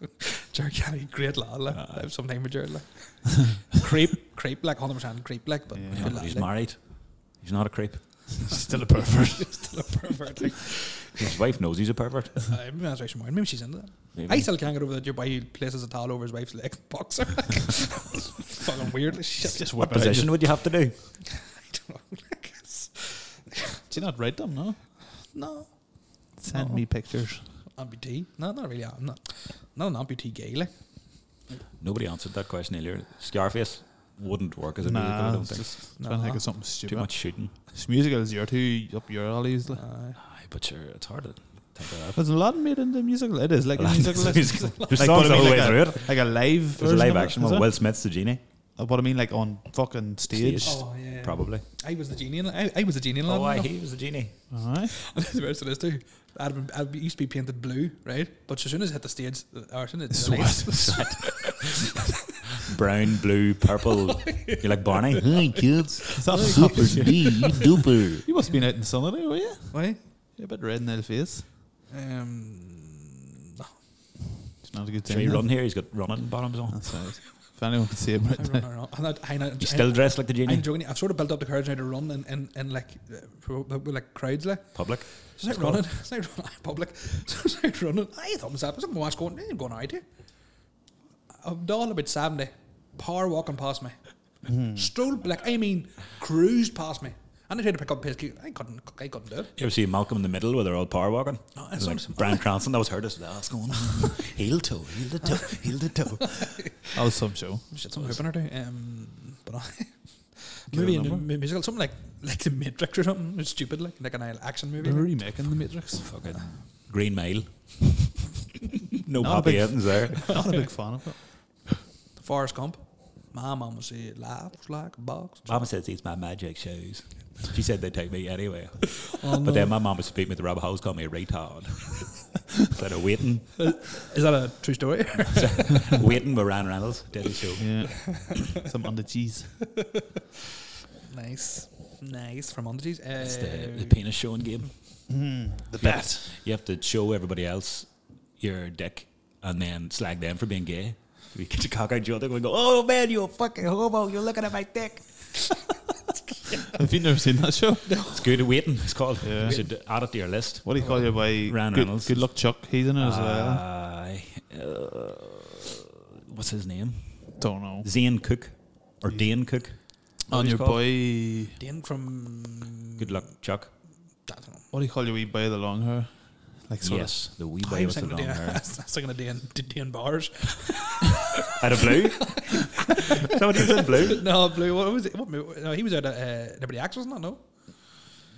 Speaker 1: Jared Kelly, great lad. Like. I have some time with Jared. (laughs) Like. creep, creep, like 100% creep, like, but
Speaker 2: Yeah.
Speaker 1: good
Speaker 3: Yeah,
Speaker 1: lad,
Speaker 3: but (laughs) he's
Speaker 1: like. (laughs)
Speaker 3: married. He's not a creep.
Speaker 2: Still a (laughs) pervert.
Speaker 1: Still a pervert. Like.
Speaker 3: His wife knows he's a pervert.
Speaker 1: Uh, maybe that's why she married. Maybe she's into that.
Speaker 3: Maybe.
Speaker 1: I still can't get over that your boy places a towel over his wife's leg boxer. (laughs) fucking weird.
Speaker 3: (laughs)
Speaker 1: Shit, (laughs) just
Speaker 3: What position would you have to do?
Speaker 1: I don't know. Like, it's-
Speaker 2: Do you not write them? No.
Speaker 1: no.
Speaker 2: Send
Speaker 1: No.
Speaker 2: me pictures.
Speaker 1: Amputee? No, not really. I'm not. Not an amputee gay. Like.
Speaker 3: Nobody answered that question earlier. Scarface wouldn't work as a musical, I
Speaker 2: Nah,
Speaker 3: don't
Speaker 2: it's
Speaker 3: think.
Speaker 2: just trying to think of something stupid.
Speaker 3: Too much shooting.
Speaker 2: It's musicals, you're too up your alleys. Like.
Speaker 3: (laughs)
Speaker 1: Uh,
Speaker 3: Aye, but sure, it's hard to think of that.
Speaker 2: There's a lot made into musical. It is like
Speaker 3: (laughs)
Speaker 2: a
Speaker 3: Like,
Speaker 2: musical.
Speaker 3: it's
Speaker 2: like-
Speaker 3: musical. There's
Speaker 2: like
Speaker 3: songs
Speaker 2: what I
Speaker 3: the
Speaker 2: mean,
Speaker 3: whole way
Speaker 2: like
Speaker 3: through
Speaker 2: a-
Speaker 3: it.
Speaker 2: Like a live.
Speaker 3: There's a
Speaker 2: version
Speaker 3: live
Speaker 2: of it,
Speaker 3: action
Speaker 2: is
Speaker 3: one.
Speaker 2: there?
Speaker 3: Will Smith's the genie,
Speaker 2: Uh, What I mean, like on fucking stage.
Speaker 3: Stage.
Speaker 1: oh, yeah.
Speaker 3: probably.
Speaker 1: I was the genie. In, I, I was the genie. In
Speaker 3: Oh,
Speaker 1: Aladdin,
Speaker 3: why
Speaker 1: you know?
Speaker 3: he was the genie?
Speaker 2: Aye.
Speaker 1: (laughs) That's the worst of this too. I'd been, I'd be, used to be painted blue, right? But as soon as I hit the stage, uh, or as soon as it's
Speaker 2: (laughs)
Speaker 3: Brown, blue, purple. You're like Barney.
Speaker 4: Hey, kids.
Speaker 3: (laughs)
Speaker 2: Is that
Speaker 4: Supper's
Speaker 2: supper?
Speaker 4: me, you duper.
Speaker 2: You must have been out in the sun today, were you?
Speaker 1: Why?
Speaker 2: You're a bit red in the face.
Speaker 1: Um, no,
Speaker 2: It's not a good thing.
Speaker 3: Should we
Speaker 2: then.
Speaker 3: run here? He's got running bottoms on.
Speaker 2: That's right. If anyone could see him
Speaker 1: I
Speaker 2: right
Speaker 1: don't
Speaker 3: (laughs)
Speaker 2: now.
Speaker 1: know. I'm not. I'm not
Speaker 3: You still dressed like the
Speaker 1: I'm
Speaker 3: genie?
Speaker 1: joking. I've sort of built up the courage now to run and and, and like uh, for- with like crowds like.
Speaker 3: Public.
Speaker 1: So I running. (laughs) So I running in public. So I running. I thought myself. I was like, "What's going? I'm going out here." I'm down about seventy. Power walking past me. Stroll like I mean, cruised past me. And I tried to pick up pace. I couldn't. I couldn't do it.
Speaker 3: You ever see Malcolm in the Middle where they're all power walking?
Speaker 1: No,
Speaker 3: It's
Speaker 1: that's
Speaker 3: like
Speaker 1: what I'm-
Speaker 3: Brian Cranston, that was her. That's what's going on. Heel toe, heel the toe, heel the toe.
Speaker 2: That was some show.
Speaker 1: Shit, something happened or two. Um, (laughs) but I movie and mu- musical, something like like The Matrix or something. It's stupid, like like an action movie.
Speaker 2: They're remaking The
Speaker 3: (laughs)
Speaker 2: Matrix.
Speaker 3: Fucking Green Mile. no
Speaker 2: Not a
Speaker 3: happy
Speaker 2: big-
Speaker 3: endings there.
Speaker 2: (laughs) Not a big fan of it.
Speaker 1: Forrest Gump. My mum would say laughs like a box.
Speaker 3: Mama says it's my magic shoes. She said they'd take me anyway. But then my mom was speaking with the rabbit house, called me a retard. (laughs) Instead of waiting,
Speaker 1: Is that a true story?
Speaker 3: waiting with Ryan Reynolds, did the show.
Speaker 2: Yeah.
Speaker 3: (laughs)
Speaker 2: some under cheese.
Speaker 1: (laughs)
Speaker 2: (laughs)
Speaker 1: nice, nice from Mondays.
Speaker 3: It's
Speaker 1: Uh,
Speaker 3: the, the penis showing game.
Speaker 2: Um, Mm-hmm. The bat.
Speaker 3: You have to show everybody else your dick and then slag them for being gay. We get your cock out your dick and go, oh man, you a fucking homo, you're looking at my dick.
Speaker 2: Have you never seen that show?
Speaker 3: It's good at waiting, it's called.
Speaker 2: Yeah.
Speaker 3: You should add it to your list.
Speaker 2: What do you call your boy?
Speaker 3: Ryan
Speaker 2: good,
Speaker 3: Reynolds. Uh,
Speaker 2: Good luck, Chuck. He's in it as well.
Speaker 3: Aye. Uh, what's his name?
Speaker 2: Don't know.
Speaker 3: Zane Cook or Dane Cook.
Speaker 2: And
Speaker 3: he's
Speaker 2: your
Speaker 3: called.
Speaker 2: boy.
Speaker 1: Dan from
Speaker 3: Good luck, Chuck.
Speaker 1: I don't know.
Speaker 2: What do you call your wee boy with the long hair? Like sort of
Speaker 3: Yes, the wee boy
Speaker 1: I'm
Speaker 3: with the
Speaker 1: singing
Speaker 3: long
Speaker 1: to (laughs) Dan,
Speaker 2: (laughs)
Speaker 3: hair.
Speaker 1: I'm singing to Dan, to Dan Bars.
Speaker 3: Out of (laughs) blue? Somebody was in blue?
Speaker 1: (laughs) no, Blue, what was it? What, movie- no, he was out of uh, Nobody Acts, wasn't it? No.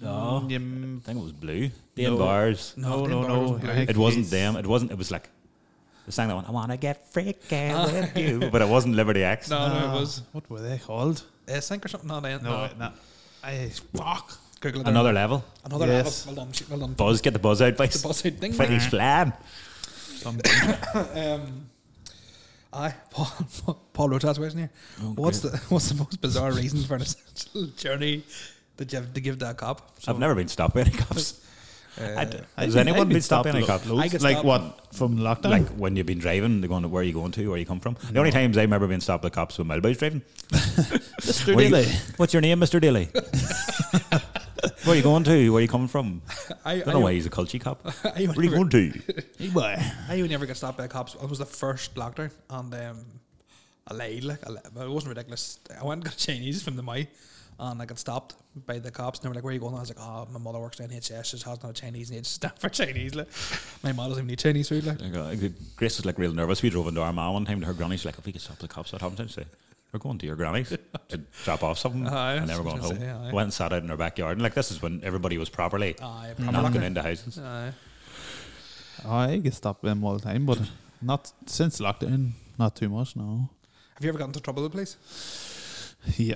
Speaker 3: No.
Speaker 2: Mm,
Speaker 3: I think it was blue. Dan
Speaker 2: No.
Speaker 3: Bars.
Speaker 2: No,
Speaker 1: Dan
Speaker 2: no,
Speaker 1: Barr's
Speaker 2: no.
Speaker 1: wasn't Blue.
Speaker 2: I think-
Speaker 3: It wasn't them. It wasn't. It was like they sang that one. I want to get freaky with you, but it wasn't Liberty X.
Speaker 1: No, no, it was
Speaker 2: What were they called?
Speaker 1: uh, Sync or something. No, Dan,
Speaker 2: No,
Speaker 1: no.
Speaker 2: no. I fuck.
Speaker 1: Google it.
Speaker 3: Another level.
Speaker 1: Another
Speaker 2: Yes.
Speaker 1: level. Well done, shit, well done.
Speaker 3: Buzz, get the buzz out,
Speaker 1: The
Speaker 3: boys.
Speaker 1: boss out thing.
Speaker 3: Finish flam.
Speaker 2: Some
Speaker 1: Um, aye, (laughs) Paul, Paul Rotas, wasn't here? what's the (laughs) what's the most bizarre reason for an essential journey that you have to give to a cop?
Speaker 3: I've never been stopped by any cops.
Speaker 1: Uh,
Speaker 3: I d-
Speaker 2: I
Speaker 3: Has
Speaker 2: think I've
Speaker 3: anyone been stopped by
Speaker 2: a
Speaker 3: any
Speaker 2: lot-
Speaker 3: cops?
Speaker 2: loads.
Speaker 1: I get
Speaker 2: like
Speaker 1: stopped.
Speaker 2: what from lockdown?
Speaker 3: Like when you've been driving, they're going, "Where are you going to? Where you come from?" The only times I remember being stopped by cops when my boy's driving.
Speaker 2: Mr.
Speaker 3: Where you-
Speaker 2: Daly.
Speaker 3: What's your name, Mister Daly? Where are you going to? Where are you coming from?
Speaker 1: I,
Speaker 3: I don't know why he's a culture cop. Where
Speaker 1: (laughs) I,
Speaker 3: are you
Speaker 1: never,
Speaker 3: going to?
Speaker 2: Hey, boy.
Speaker 1: I only never got stopped by cops. I was the first lockdown, and um, I lied. Like I lied, but it wasn't ridiculous. I went and got (laughs) Chinese from the Mai, and I got stopped by the cops. And they were like, "Where are you going?" And I was like, "Oh, my mother works in NHS. She has no Chinese, (laughs) and it's staff for Chinese. Like, my mom doesn't even need Chinese food. Like,
Speaker 3: I go- I go- Grace uh, was like real nervous. We drove into Armagh one time to her granny. She's like, if we could stop the cops, what happens? I say, we're going to your granny's to drop off something.
Speaker 1: Aye,
Speaker 3: and then
Speaker 1: that's
Speaker 3: we're going
Speaker 1: what I
Speaker 3: home.
Speaker 1: say, aye.
Speaker 3: Went and sat out in her backyard. And like, this is when everybody was properly
Speaker 1: aye,
Speaker 3: not
Speaker 1: probably
Speaker 3: going
Speaker 1: not.
Speaker 3: into houses.
Speaker 1: Aye.
Speaker 2: I get stopped them all the time, but not since lockdown. Not too much,
Speaker 3: (laughs)
Speaker 2: no.
Speaker 1: Have you ever gotten into trouble with the police?
Speaker 2: Yeah.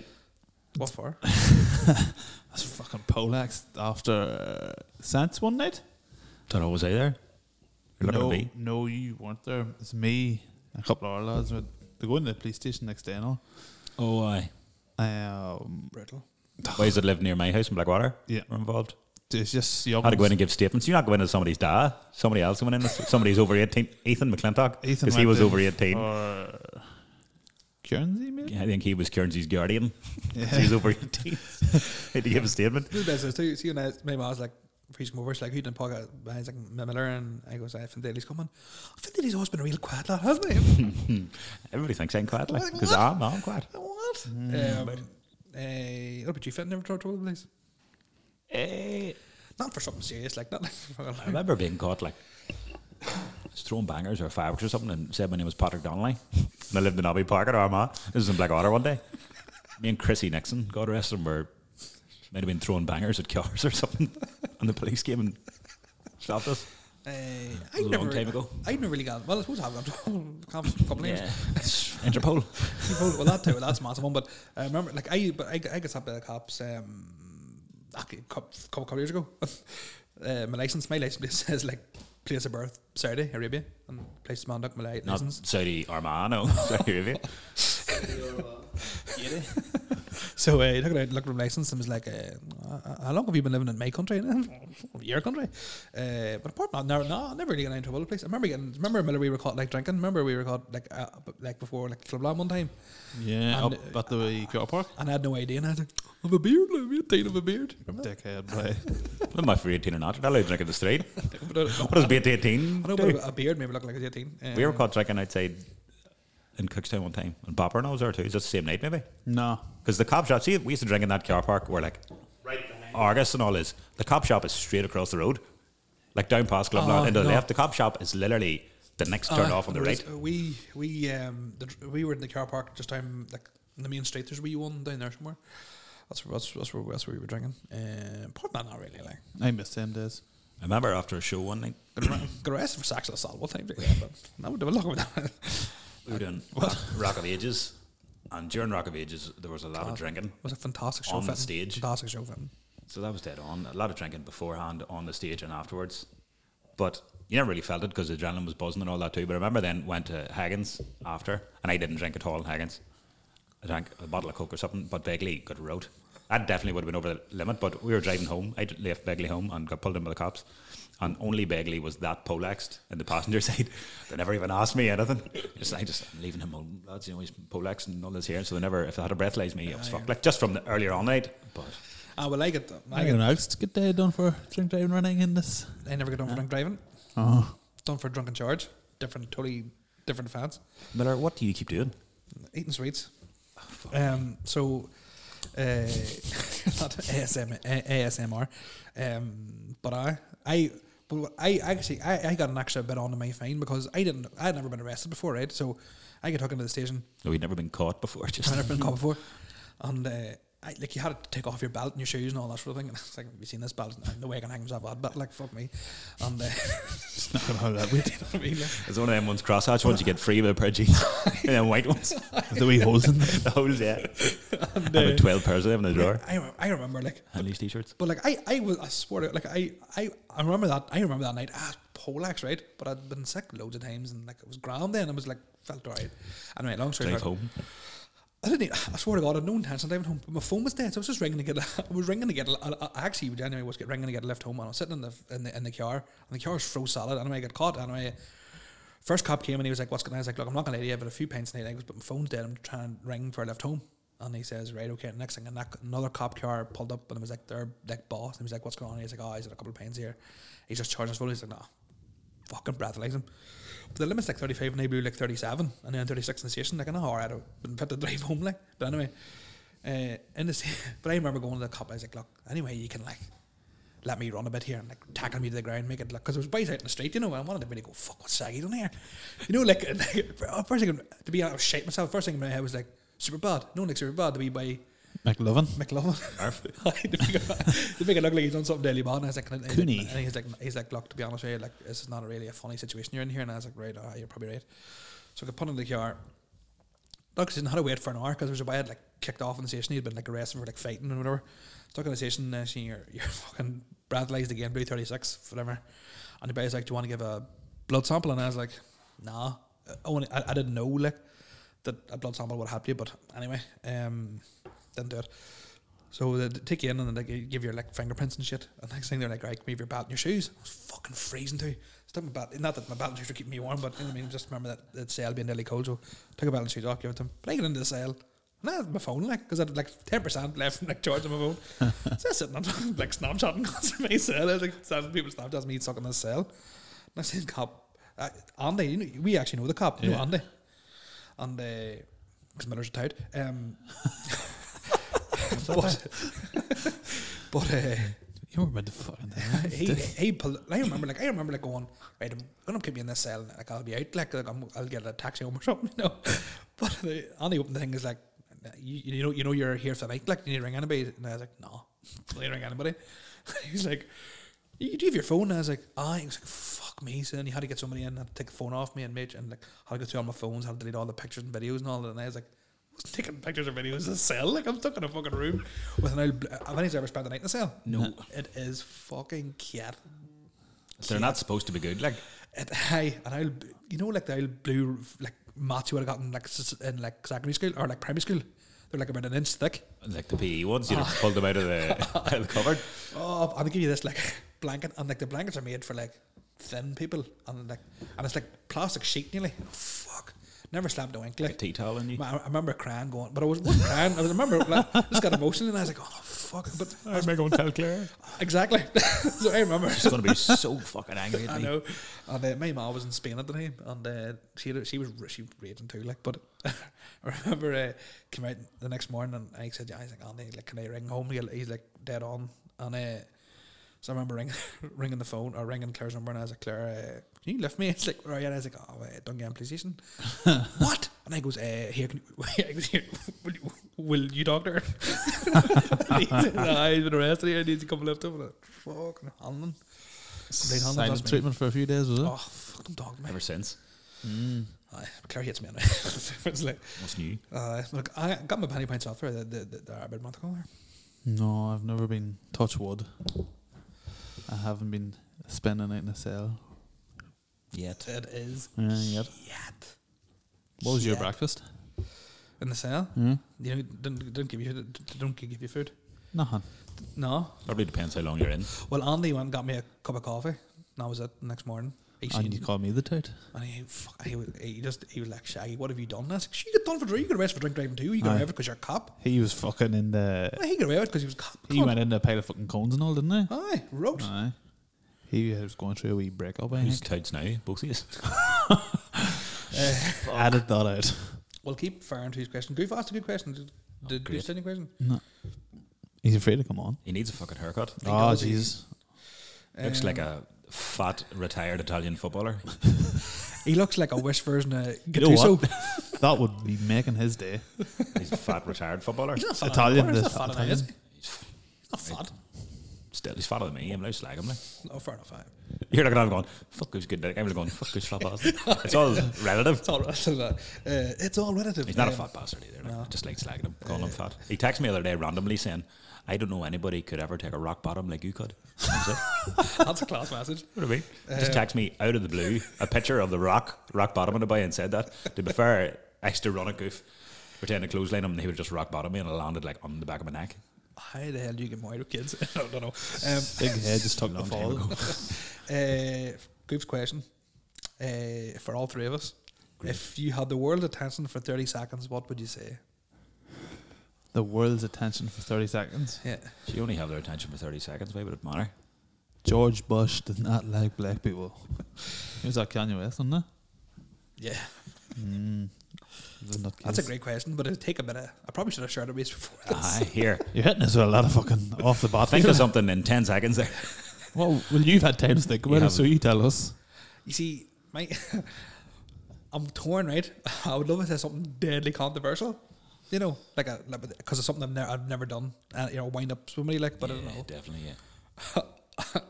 Speaker 1: What for?
Speaker 2: That's fucking Polex after uh, Saints one night.
Speaker 3: Don't know, was I there? You're looking
Speaker 2: no,
Speaker 3: at me.
Speaker 2: no, you weren't there. It's me, a couple of our lads. We're going to the police station next day and all.
Speaker 3: Oh, aye.
Speaker 2: Um,
Speaker 1: Brutal.
Speaker 3: Boys that lived near my house in Blackwater
Speaker 2: Yeah.
Speaker 3: were involved.
Speaker 2: it's just young.
Speaker 3: I had to go in and give statements. You're not going into somebody's dad. Somebody else went in. Somebody's over 18. Ethan McClintock. Because he
Speaker 2: went
Speaker 3: was
Speaker 2: in
Speaker 3: over 18.
Speaker 2: Oh. for uh, Guernsey, maybe?
Speaker 3: I think he was Kearnsey's guardian. (laughs) 'cause
Speaker 2: Yeah.
Speaker 3: He was over 18. had to give a statement.
Speaker 1: The best is too. See, when I, my mom's like, "Please come over." She's like, "Who didn't pocket?" I was like, "My Miller," and I goes, "I Finn Daly's coming." Finn Daly's always been a real quiet lad, hasn't he?
Speaker 3: Hmm. Everybody thinks I'm quiet, like,
Speaker 1: Like,
Speaker 3: because
Speaker 1: what?
Speaker 3: I'm, I'm quiet.
Speaker 1: what?
Speaker 3: Mm.
Speaker 1: um, eh, what about you, Finn? Never tried trouble, please. Eh, Not for something serious like that.
Speaker 3: I remember being caught, like, just throwing bangers or fireworks or something, and said my name was Patrick Donnelly. And I lived in Abbey Park at Armagh. This was in Blackwater one day. Me and Chrissy Nixon, God rest him, were, might have been throwing bangers at cars or something. (laughs) And the police came and stopped us.
Speaker 1: Eh, I
Speaker 3: A long
Speaker 1: never,
Speaker 3: time ago.
Speaker 1: I never really got. Well, I suppose I have gone. (laughs) Can't complain.
Speaker 3: Interpol.
Speaker 1: Well, well, that too. That's a massive one. But uh, I remember, like, I but I, I got stopped by the cops um, a cou- couple, couple years ago. (laughs) uh, my license, my license (laughs) plate says like place of birth Saudi Arabia and place of conduct my li-
Speaker 3: Not
Speaker 1: license.
Speaker 3: Saudi Armagh, no. (laughs) Saudi Arabia.
Speaker 1: So uh, he took it out, looked at my license, and was like, uh, "How long have you been living in my country? (laughs) And Your country?" Uh, but apart from that, no, no, I never really got into trouble. Place. I remember getting. Remember, Miller, we were caught like drinking. Remember, we were caught like uh, like before like Clubland one time.
Speaker 2: Yeah,
Speaker 1: And,
Speaker 2: up at the car park.
Speaker 1: And I had no idea, and I was like, "I have a beard, like, we had time of a beard." Remember that?
Speaker 2: Dickhead,
Speaker 3: (laughs)
Speaker 2: boy.
Speaker 3: I'm not for 18 or not. I'll drink in the street.
Speaker 1: But I-
Speaker 3: What does being 18?
Speaker 1: I know,
Speaker 3: do?
Speaker 1: but a beard maybe look like a 18. Um,
Speaker 3: We were caught drinking outside in Cookstown one time, and Bopper and I was there too. Is that the same night, maybe?
Speaker 2: no.
Speaker 3: Because the cop shop, see, we used to drink in that car park where, like, right Argus and all is. The cop shop is straight across the road, like down past Glumland
Speaker 1: Oh,
Speaker 3: into the
Speaker 1: no.
Speaker 3: left. The cop shop is literally the next turn
Speaker 1: Ah,
Speaker 3: off on the
Speaker 1: there
Speaker 3: right.
Speaker 1: was- We we um the, dr- we were in the car park just down like in the main street. There's a wee one down there somewhere. That's where that's, that's where that's where we were drinking. Um, part man, not really like.
Speaker 2: I missed them days.
Speaker 3: I remember after a show one night,
Speaker 1: Got ar- got arrested for sexual assault one time. Yeah, but I would have a look at that.
Speaker 3: we were doing Rock of Ages, and during Rock of Ages, there was a lot of drinking.
Speaker 1: It was a fantastic show.
Speaker 3: On the
Speaker 1: fitting.
Speaker 3: stage.
Speaker 1: fantastic show. Fitting.
Speaker 3: So that was dead on. A lot of drinking beforehand, on the stage, and afterwards. But you never really felt it because the adrenaline was buzzing and all that too. But I remember then went to Haggins after, and I didn't drink at all in Haggins. I drank a bottle of Coke or something, but Begley got wrote. That definitely would have been over the limit, but we were driving home. I left Begley home and got pulled in by the cops. And only Begley was that polaxed in the passenger (laughs) side. They never even asked me anything. Just, I just, I'm leaving him home, lads. You know, he's polaxed and all this here. So they never, if they had to breathalyze me, I was fucked. Like, just from the earlier on night. But
Speaker 1: Ah, well, I get I
Speaker 2: Anyone
Speaker 1: get
Speaker 2: else get uh, done for drink driving running in (laughs) this?
Speaker 1: I never get done for drunk driving.
Speaker 3: Ah.
Speaker 2: Oh.
Speaker 1: Done for drunken charge. Different, totally different fans.
Speaker 3: Miller, what do you keep doing?
Speaker 1: eating sweets.
Speaker 3: Ah,
Speaker 1: Um, so, uh, (laughs) not ASM, A- ASMR. Um, but I, I But what I actually I, I got an extra bit onto my fine because I didn't I had never been arrested before, right? So I get hooked into the station.
Speaker 3: No, he'd never been caught before. Just
Speaker 1: I've
Speaker 3: (laughs)
Speaker 1: never been caught before, and uh, I, like you had to take off your belt and your shoes and all that sort of thing. And I was like, "Have you seen this belt? No way I can hang myself out, but like fuck me." And uh, (laughs)
Speaker 2: It's not gonna hold that weight.
Speaker 1: I mean, like,
Speaker 3: It's one of them ones crosshatch ones you get free with a pair (laughs) of jeans and then white ones.
Speaker 2: With the wee holes in them.
Speaker 3: (laughs) the holes, yeah.
Speaker 1: and,
Speaker 3: I have
Speaker 1: uh,
Speaker 3: about 12 pairs of them in the (laughs) drawer.
Speaker 1: I, rem- I remember like
Speaker 3: And these t shirts.
Speaker 1: But like I, I was, I swear, to, like I, I, I remember that. I remember that night. Ah, Polax, right? But I'd been sick loads of times, and like it was ground then. I was like, felt alright. Anyway, long story
Speaker 3: Drive
Speaker 1: short,
Speaker 3: home.
Speaker 1: I didn't. e- (sighs) I swear to God, I had no intention of driving home. But my phone was dead, so I was just ringing to get. (laughs) I was ringing to get. I, I I actually genuinely was get ringing to get left home, and I was sitting in the in the, in the car, and the car was froze solid. Anyway, I got caught. Anyway, first cop came and he was like, "What's going on?" I was like, "Look, I'm not going to lie to you, but a few pints tonight." I goes, "But my phone's dead. I'm trying to ring for I left home." And he says, "Right, okay." Next thing, ano- another cop car pulled up, and it was like their like boss. And he was like, "What's going on?" He's like, "Oh, he's had a couple of pints here." He's just charging his phone. He's like, "No, fucking breathalyze him." But the limit's like 35, and they blew like 37, and then 36 in the station. Like, I know, all right, I've been fit to drive home. Like, but anyway, uh, in the sta- (laughs) but I remember going to the cop. I was like, "Look, anyway, you can like." let me run a bit here and like tackle me to the ground, make it look because there was boys out in the street, you know, and I wanted to really go, fuck, what's saggy done here? You know, like, (laughs) like first thing, to be honest, I was shite myself. First thing in my head was like, super bad, no like super bad to be by
Speaker 2: McLovin.
Speaker 1: McLovin. (laughs) to, make it, to make it look like he's done something deadly bad. And I was like, and, I-
Speaker 2: Cooney.
Speaker 1: and he's like, he's like, look, to be honest with you, like, this is not really a funny situation you're in here. And I was like, right, ah, you're probably right. So I got put in the car. Look, I didn't have to wait for an hour because there was a boy had like kicked off in the station. He'd been like arrested for like fighting and whatever. Stuck in the station, and she, you're, (laughs) you're fucking brutalized again, blue 36, whatever. And the boy's like, Do you want to give a blood sample? And I was like, Nah. Uh, Only, I, I didn't know like that a blood sample would help you, but anyway, um, didn't do it. So they d- take you in and they gi- give you like fingerprints and shit. And next thing they're like, right, move your belt and your shoes. I was fucking freezing too. Stuck my belt. Not that my belt and shoes were keeping me warm, but you know what I mean, just remember that, that cell being nearly cold. So took a belt and shoes off, gave it to him. But I get into the cell. And I had my phone like, because I had like 10% left (laughs) from like charging my phone. so I was sitting on (laughs) like Snapchatting constantly my cell. I was like, sending people Snapchats me sucking this cell. Next thing, cop, uh, Andy, you know, we actually know the cop, you know
Speaker 2: Yeah.
Speaker 1: Andy. And uh 'cause Miller's a tout. Um, but but uh,
Speaker 2: You were meant to fucking (laughs) tell
Speaker 1: he he pulled. I remember like I remember like going right. I'm gonna keep you in this cell. and, Like I'll be out. Like, like I'm, I'll get a taxi home or (laughs) something. You know. But the only open thing is like you, you know you know you're here for the night. Like do you need to ring anybody. And I was like no, (laughs) I didn't ring anybody. (laughs) he was like. You do you have your phone? And I was like, ah, he was like, fuck me, son. You had to get somebody in, had to take the phone off me and mate, and like, had to go through all my phones, had to delete all the pictures and videos and all that. And I was like, I was taking pictures or videos in a cell. Like, I'm stuck in a fucking room with an old. bl- Have anyone's ever spent the night in a cell?
Speaker 3: No.
Speaker 1: It is fucking cat.
Speaker 3: They're not supposed to be good. Like,
Speaker 1: It hey, and I'll you know like the old blue like mats you would have gotten like s- in like secondary school or like primary school. They're like about an inch thick.
Speaker 3: like the PE ones, you (laughs) know, pulled them out of the, (laughs) out of the cupboard.
Speaker 1: Oh, I'll give you this like (laughs) blanket, and like the blankets are made for like thin people, and like and it's like plastic sheet nearly. Fuck, never slapped a wink.
Speaker 3: Like a
Speaker 1: Like,
Speaker 3: tea towel on you.
Speaker 1: I I remember crying going, but I was wasn't crying. I was- I remember like, (laughs) just got emotional, and I was like, oh fuck, but I was-
Speaker 3: I going to tell (laughs) Claire?
Speaker 1: exactly. (laughs) so I remember.
Speaker 3: She's going to be so fucking angry at
Speaker 1: I
Speaker 3: me.
Speaker 1: know. And uh, my mom was in Spain at the time, and uh, she had, she was r- she was raging too. Like, but (laughs) I remember uh, came out the next morning, and I said, "Yeah, I was like, Andy, like, can I ring home?" He- He's like dead on, and uh, so I remember ringing (laughs) ringing the phone or ringing Claire's number, and I was like, "Claire, uh, can you lift me?" (laughs) It's like, "Right," and I was like, "Oh, uh, don't get on PlayStation." what? And I goes, uh, "Here, can you, (laughs) I goes, here, will, you, will you, doctor?" (laughs) And he said, "No, I've been arrested. here, I need to come lift him. And I, fucking Hanlon. Complete Hanlon
Speaker 2: Silent
Speaker 1: does me.
Speaker 2: treatment for a few days, Hmm. was it?
Speaker 1: Oh, fuck them dog, man.
Speaker 3: Ever since.
Speaker 1: Aye, Claire hates me
Speaker 2: (laughs)
Speaker 1: anyway. it's like,
Speaker 3: What's new?
Speaker 1: uh, look, I got my penny pints off there. The, the, the, the Arbid month ago. there.
Speaker 2: No, I've never been touch wood. I haven't been spending a night in a cell.
Speaker 3: Yet.
Speaker 1: It is
Speaker 2: Yeah, Uh, yet.
Speaker 1: yet
Speaker 2: What was your
Speaker 1: Yet.
Speaker 2: breakfast?
Speaker 1: in the cell.
Speaker 2: Hmm?
Speaker 1: You know, don't, don't give you don't- don't give you food.
Speaker 2: Nothing.
Speaker 1: No.
Speaker 3: Probably depends how long you're in.
Speaker 1: Well, Andy went and got me a cup of coffee. And that was it. The next morning, he seen,
Speaker 2: And you called me the tout.
Speaker 1: and he, fuck, he, was, he just he was like, "Shaggy, what have you done?" And I was like, "Shit, you got done for drink. You got arrested for drink driving too. You got
Speaker 2: Aye.
Speaker 1: away with because you're a cop.
Speaker 2: He was fucking in the.
Speaker 1: Well, he got away with because he was a cop.
Speaker 2: He went into a pile of fucking cones and all, didn't he?
Speaker 1: Aye, rogues.
Speaker 2: Aye. He was going through a wee breakup. I
Speaker 3: Who's
Speaker 2: think.
Speaker 3: touts now? Both (laughs) of us.
Speaker 1: Uh,
Speaker 2: Added that out.
Speaker 1: Well, keep firing to his question. Goof asked a good question. Did, did
Speaker 3: Oh, great.
Speaker 1: you send a question?
Speaker 2: He's afraid to come on.
Speaker 3: He needs a fucking haircut.
Speaker 1: He
Speaker 2: Oh,
Speaker 1: does,
Speaker 2: jeez.
Speaker 1: he's-
Speaker 3: Looks
Speaker 1: Um,
Speaker 3: like a fat retired Italian footballer.
Speaker 1: He looks like a wish version of
Speaker 2: You know
Speaker 1: Gattuso. (laughs)
Speaker 2: what? (laughs) that would be making his day.
Speaker 3: He's a fat retired footballer.
Speaker 2: Italian,
Speaker 1: Where's
Speaker 2: the
Speaker 1: the fat
Speaker 2: Italian.
Speaker 1: Italian? Not
Speaker 3: Right.
Speaker 1: fat.
Speaker 3: Still, he's fatter than me. I'm now slagging him. Like.
Speaker 1: Oh, fair enough. aye.
Speaker 3: You're looking at him going, fuck who's good dick. I'm going, fuck who's fat
Speaker 1: (laughs)
Speaker 3: bastard. It's all relative.
Speaker 1: It's all relative. Uh, it's all relative.
Speaker 3: He's not a
Speaker 1: Um,
Speaker 3: fat bastard either. Like, I Just like slagging him, calling him fat. He texted me the other day randomly saying, I don't know anybody could ever take a rock bottom like you could.
Speaker 1: (laughs)
Speaker 3: I was like,
Speaker 1: That's a class message.
Speaker 3: What do you mean? Just text me out of the blue a picture of the rock, rock bottom in the bay and said that. To be fair, I used to run a goof, pretend to clothesline him and he would just rock bottom me and I landed like on the back of my neck.
Speaker 1: How the hell do you get married with kids? (laughs) I don't know. Um,
Speaker 2: Big head just took the
Speaker 3: Long time
Speaker 2: fall.
Speaker 1: (laughs) Uh, Goof's question uh, for all three of us. If you had the world's attention for 30 seconds, what would you say?
Speaker 2: The world's attention for 30 seconds.
Speaker 1: Yeah.
Speaker 3: If you only have their attention for 30 seconds, why would it matter?
Speaker 2: George Bush did not like black people. (laughs) He was at Kanye West, wasn't
Speaker 1: Yeah.
Speaker 2: he? Mm. Wasn't that
Speaker 1: That's a
Speaker 2: case?
Speaker 1: great question, but it'd take a minute. I probably should have shared it with you before this.
Speaker 3: Aye,
Speaker 1: (laughs)
Speaker 3: here.
Speaker 2: You're hitting us with a lot of fucking off the bat.
Speaker 3: Think of
Speaker 2: here.
Speaker 3: (laughs) something in 10 seconds there.
Speaker 2: Well, well, you've had time to think about
Speaker 3: You
Speaker 2: it, so you tell us.
Speaker 1: You see, my (laughs) I'm torn, right? (laughs) I would love to say something deadly controversial. You know, like a because it's something I've, ne- I've never done. Uh, you know, wind up swimmingly, like, but I
Speaker 3: Yeah,
Speaker 1: don't
Speaker 3: Definitely, yeah.
Speaker 1: know.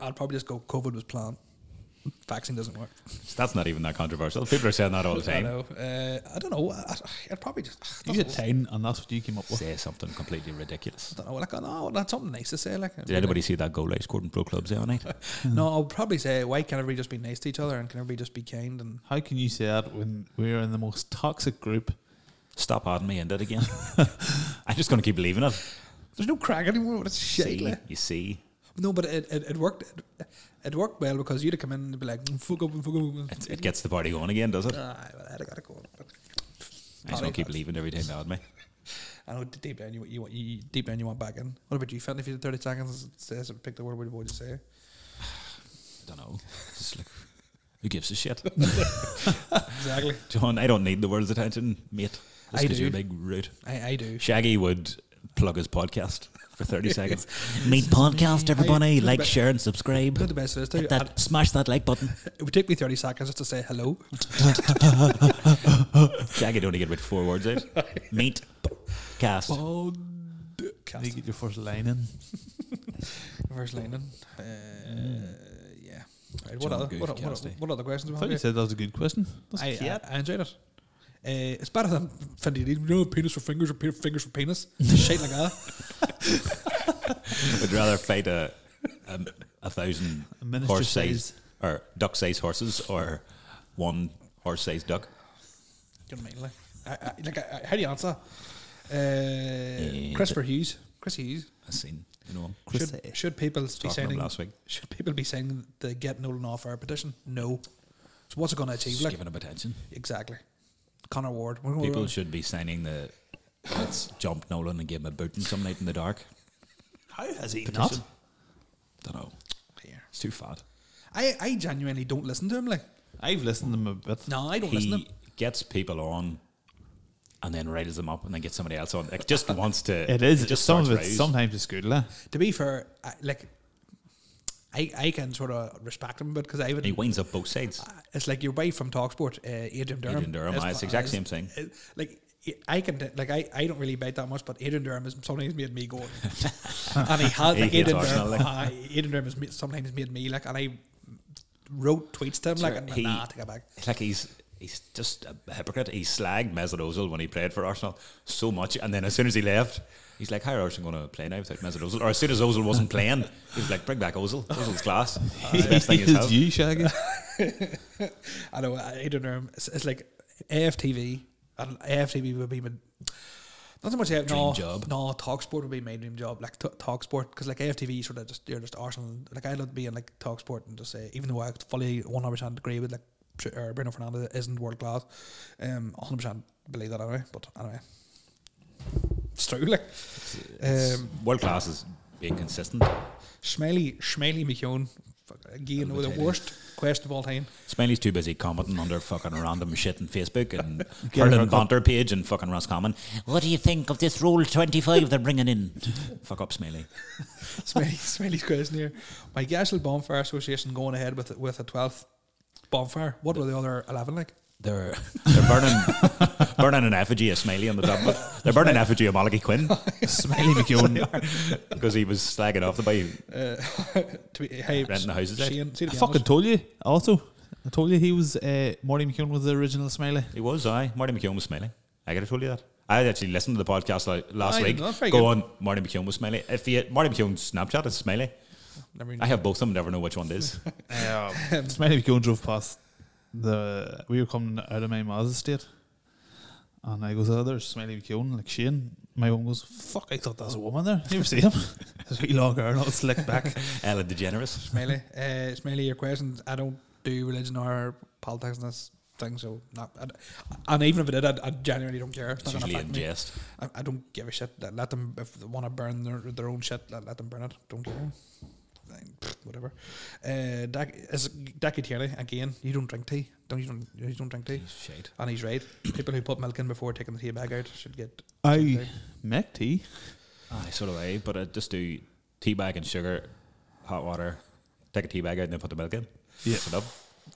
Speaker 1: (laughs) I'd probably just go. COVID was planned. Vaccine doesn't work.
Speaker 3: That's not even that controversial. People are saying that all the
Speaker 1: I
Speaker 3: time.
Speaker 1: know. Uh, I don't know. I, I'd probably just.
Speaker 2: You had time, and that's what you came up with.
Speaker 3: (laughs) Say something completely ridiculous.
Speaker 1: don't know, like, oh, no, that's something nice to say. Like,
Speaker 3: Did anybody see that goal I scored in Pro Clubs the other night?
Speaker 1: No, I'll probably say, why can't everybody just be nice to each other and can everybody just be kind? And
Speaker 2: How can you say that when we're in the most toxic group?
Speaker 3: (laughs) Stop adding me into it again. (laughs) I'm just going to keep believing it.
Speaker 1: there's no crack anymore. What a shit.
Speaker 3: See,
Speaker 1: like.
Speaker 3: you see.
Speaker 1: No, but it, it, it worked. It, it worked well because you'd have come in and be like, "Mm, fuck up, fuck up.
Speaker 3: It, it gets the party going again, does it?
Speaker 1: Ah, well, I gotta go. But
Speaker 3: I just want to keep leaving every (laughs) time they add me.
Speaker 1: I know deep down you, you, you deep down you want back in. What about you, Finn? If you had 30 seconds, it says pick the word. What would you say?
Speaker 3: I don't know. (laughs) Just like, who gives a shit? (laughs)
Speaker 1: Exactly.
Speaker 3: John, I don't need the world's attention, mate. Just
Speaker 1: I
Speaker 3: 'cause
Speaker 1: do.
Speaker 3: you're a big root.
Speaker 1: I, I do.
Speaker 3: Shaggy would plug his podcast (laughs) for 30 seconds.
Speaker 4: Meet podcast, everybody.
Speaker 1: Hey,
Speaker 4: Like,
Speaker 1: but-
Speaker 4: share, and
Speaker 1: Not
Speaker 4: subscribe.
Speaker 1: the best of this, too.
Speaker 4: Hit that, smash that like
Speaker 1: (laughs)
Speaker 4: button.
Speaker 1: It would take me 30 seconds just to say hello.
Speaker 3: Shaggy'd only get about four words (laughs) out.
Speaker 4: Meet cast.
Speaker 1: Oh,
Speaker 2: Can you get your first line in?
Speaker 1: Reverse laning. Uh, Yeah. Right, what,
Speaker 3: Mm. John
Speaker 1: other,
Speaker 3: Goof
Speaker 1: what, what,
Speaker 3: Cassidy.
Speaker 1: what, other questions do
Speaker 2: I
Speaker 1: we have
Speaker 2: thought you
Speaker 1: here?
Speaker 2: said that was a good question. That's
Speaker 1: I,
Speaker 2: cute.
Speaker 1: I, I enjoyed it. Uh, it's better than Fendi. You know, "Oh, penis for fingers or pe- fingers for
Speaker 3: (laughs)
Speaker 1: penis. Shit like ah. that.
Speaker 3: I'd rather fight a, a, a thousand
Speaker 2: A miniature
Speaker 3: horse size,
Speaker 2: size.
Speaker 3: or duck size horses or one horse size duck.
Speaker 1: You know what I mean? Like, I, I, ah, like I, I, how do you answer?
Speaker 3: Eh,
Speaker 1: Uh, ah. Christopher Hughes. Chris Hughes.
Speaker 3: I've seen, you know,
Speaker 2: Chris-
Speaker 1: should, should people be
Speaker 3: talking to him
Speaker 1: signing?
Speaker 3: last week.
Speaker 1: Should people be signing the get Nolan off our petition? No. So what's it going to achieve?
Speaker 3: Just
Speaker 1: Like
Speaker 3: giving him attention.
Speaker 1: exactly. Connor Ward. We're gonna-
Speaker 3: People should be signing the let's jump Nolan and give him a booting some night in the dark.
Speaker 2: How has he
Speaker 3: Petition. Don't know.
Speaker 1: Here.
Speaker 3: It's too fat.
Speaker 1: I, I genuinely don't listen to him. Like
Speaker 2: I've listened to him a bit.
Speaker 1: no, I don't listen to him.
Speaker 3: He gets people on and then rails them up and then gets somebody else on. It just wants to.
Speaker 2: It is.
Speaker 3: just
Speaker 2: Just some
Speaker 3: starts
Speaker 2: of it.
Speaker 3: rows.
Speaker 2: Sometimes it's good, lah.
Speaker 1: to be fair, I, like I, I can sort of respect him, but because I would,
Speaker 3: He winds up both sides.
Speaker 1: it's like your wife from Talksport, uh, Adrian Durham.
Speaker 3: Adrian Durham,
Speaker 1: is-
Speaker 3: aye, it's the exact
Speaker 1: is-
Speaker 3: same thing.
Speaker 1: is- like I can, like I, I don't really bite that much, but Adrian Durham is sometimes made
Speaker 3: (laughs)
Speaker 1: me go, and he has
Speaker 3: He
Speaker 1: like
Speaker 3: hates
Speaker 1: Adrian
Speaker 3: Arsenal,
Speaker 1: Durham.
Speaker 3: like.
Speaker 1: aye, Adrian Durham has made, sometimes made me like, and I wrote tweets to him like,
Speaker 3: Sure,
Speaker 1: and
Speaker 3: he-
Speaker 1: nah, take it back.
Speaker 3: It's like he's he's just a hypocrite. He slagged Mesut Ozil when he played for Arsenal so much, and then as soon as he left, he's like, "How are Arsenal going to play now without Mesut Ozil?" Or as soon as Ozil wasn't playing, he was like, "Bring back Ozil. Ozil's class. He's the
Speaker 2: (laughs)
Speaker 3: best thing he's
Speaker 2: It's
Speaker 3: had."
Speaker 2: you, Shaggy.
Speaker 1: I know Adrian Durham. It's, it's like AFTV, and AFTV would be my not so much AF,
Speaker 3: Dream
Speaker 1: no,
Speaker 3: job.
Speaker 1: No, Talksport would be my dream job, like t- Talksport, because like AFTV sort of just you're just Arsenal. Like I love being like Talksport and just say, even though I fully one hundred percent agree with like Sh- or Bruno Fernandez isn't world class, um, one hundred percent believe that anyway. But anyway, it's true. Like um,
Speaker 3: World class is being consistent.
Speaker 1: Schmeily Schmeily McKeown fuck, again,
Speaker 3: That'll
Speaker 1: with
Speaker 3: be
Speaker 1: the
Speaker 3: tidy.
Speaker 1: worst quest of all time.
Speaker 3: Smiley's too busy commenting under fucking random shit on
Speaker 2: (laughs)
Speaker 3: Facebook and
Speaker 2: Give her a
Speaker 3: Hurling
Speaker 2: cup.
Speaker 3: Banter page and fucking Roscommon.
Speaker 4: What do you think of this Rule 25 they're bringing
Speaker 1: (laughs)
Speaker 4: in?
Speaker 3: Fuck up, Smiley.
Speaker 1: Smelly, (laughs) smelly's question here. My Gashel Bonfire Association going ahead with with a twelfth bonfire. What were the other eleven like? (laughs)
Speaker 3: They're
Speaker 2: (laughs)
Speaker 3: they're burning burning an effigy of Smiley on the top. of it. They're burning an effigy of Malachi Quinn
Speaker 2: (laughs) Smiley
Speaker 3: (laughs)
Speaker 2: McEwen.
Speaker 3: because he was slagging off the by
Speaker 1: To be, hey,
Speaker 3: Renting the houses out.
Speaker 1: Shane, see, to
Speaker 2: I
Speaker 1: be
Speaker 2: fucking
Speaker 1: honest,
Speaker 2: told you. Also, I told you he was uh, Marty McEwen was the original Smiley.
Speaker 3: He was, aye. Marty McKeown was smelly. I could have told you that. I actually listened to the podcast like
Speaker 1: I
Speaker 3: last
Speaker 1: didn't
Speaker 3: week.
Speaker 1: know. Very
Speaker 3: Go
Speaker 1: good.
Speaker 3: on, Marty McKeown was smelly. If you Marty McKeown's Snapchat is smelly.
Speaker 1: never mind.
Speaker 3: I have both of them, never know which one it
Speaker 1: (laughs)
Speaker 3: is.
Speaker 2: Smiley McEwen drove past the. We were coming out of my Mazda estate. And I goes, oh, there's Smiley McEwen, like Shane. My one goes, fuck, I thought that was a woman there. You ever see him? (laughs) There's a wee long hair, all slicked back.
Speaker 3: Ella DeGeneres.
Speaker 1: Smelly, uh, Smelly, your questions. I don't do religion or politics and this thing, so not, I d and even if I did, I, I genuinely don't care. It's
Speaker 3: It's
Speaker 1: not gonna
Speaker 3: usually
Speaker 1: affect
Speaker 3: in
Speaker 1: me.
Speaker 3: jest.
Speaker 1: I, I don't give a shit. Let, let them if they want to burn their, their own shit. Let, let them burn it. Don't care. Like, pfft, Whatever. Uh, Dak, is Dickie Tierney again? You don't drink tea. Don't you don't you don't drink tea?
Speaker 3: Shade.
Speaker 1: And he's right. People who put milk in before taking the tea bag out should get.
Speaker 2: I make tea.
Speaker 3: Aye, sort of way, but I just do tea bag and sugar, hot water, take a tea bag out and then put the milk in.
Speaker 2: Yeah.
Speaker 3: Mix it up.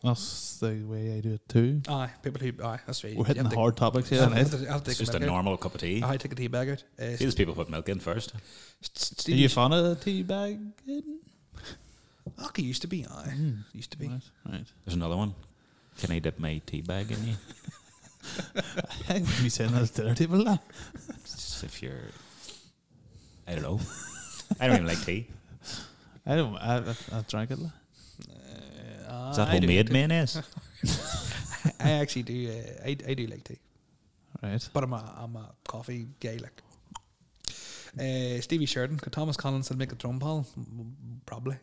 Speaker 2: That's the way I do it too.
Speaker 1: Aye, people who aye, that's right.
Speaker 2: We're
Speaker 1: You
Speaker 2: hitting
Speaker 1: have
Speaker 2: the
Speaker 1: to-
Speaker 2: hard topics here
Speaker 1: I'll have
Speaker 2: tonight.
Speaker 1: to- I'll
Speaker 3: It's
Speaker 1: take
Speaker 3: just a
Speaker 1: milk out.
Speaker 3: normal cup of tea.
Speaker 1: Aye, take a tea bag out. Uh,
Speaker 3: See, these people put milk in first.
Speaker 2: Are
Speaker 1: Stevie
Speaker 2: you a fan of tea bag?
Speaker 1: Lucky used to be, aye.
Speaker 3: Hmm.
Speaker 1: Used to be.
Speaker 2: Right, right.
Speaker 3: There's another one. Can I dip my tea bag in you?
Speaker 2: I wouldn't be saying that at the dinner table now.
Speaker 3: Just if you're, I don't know. I don't even like tea.
Speaker 2: I don't. I, I, I drank it. like.
Speaker 1: Uh,
Speaker 3: (laughs) Is that
Speaker 1: I do.
Speaker 3: homemade (laughs) mayonnaise?
Speaker 1: (laughs) I actually do. Uh, I, I do like tea,
Speaker 2: Right.
Speaker 1: but I'm a I'm a coffee guy. Like uh, Stevie Sheridan, could Thomas Collins still make a drum pal? Mm, Probably.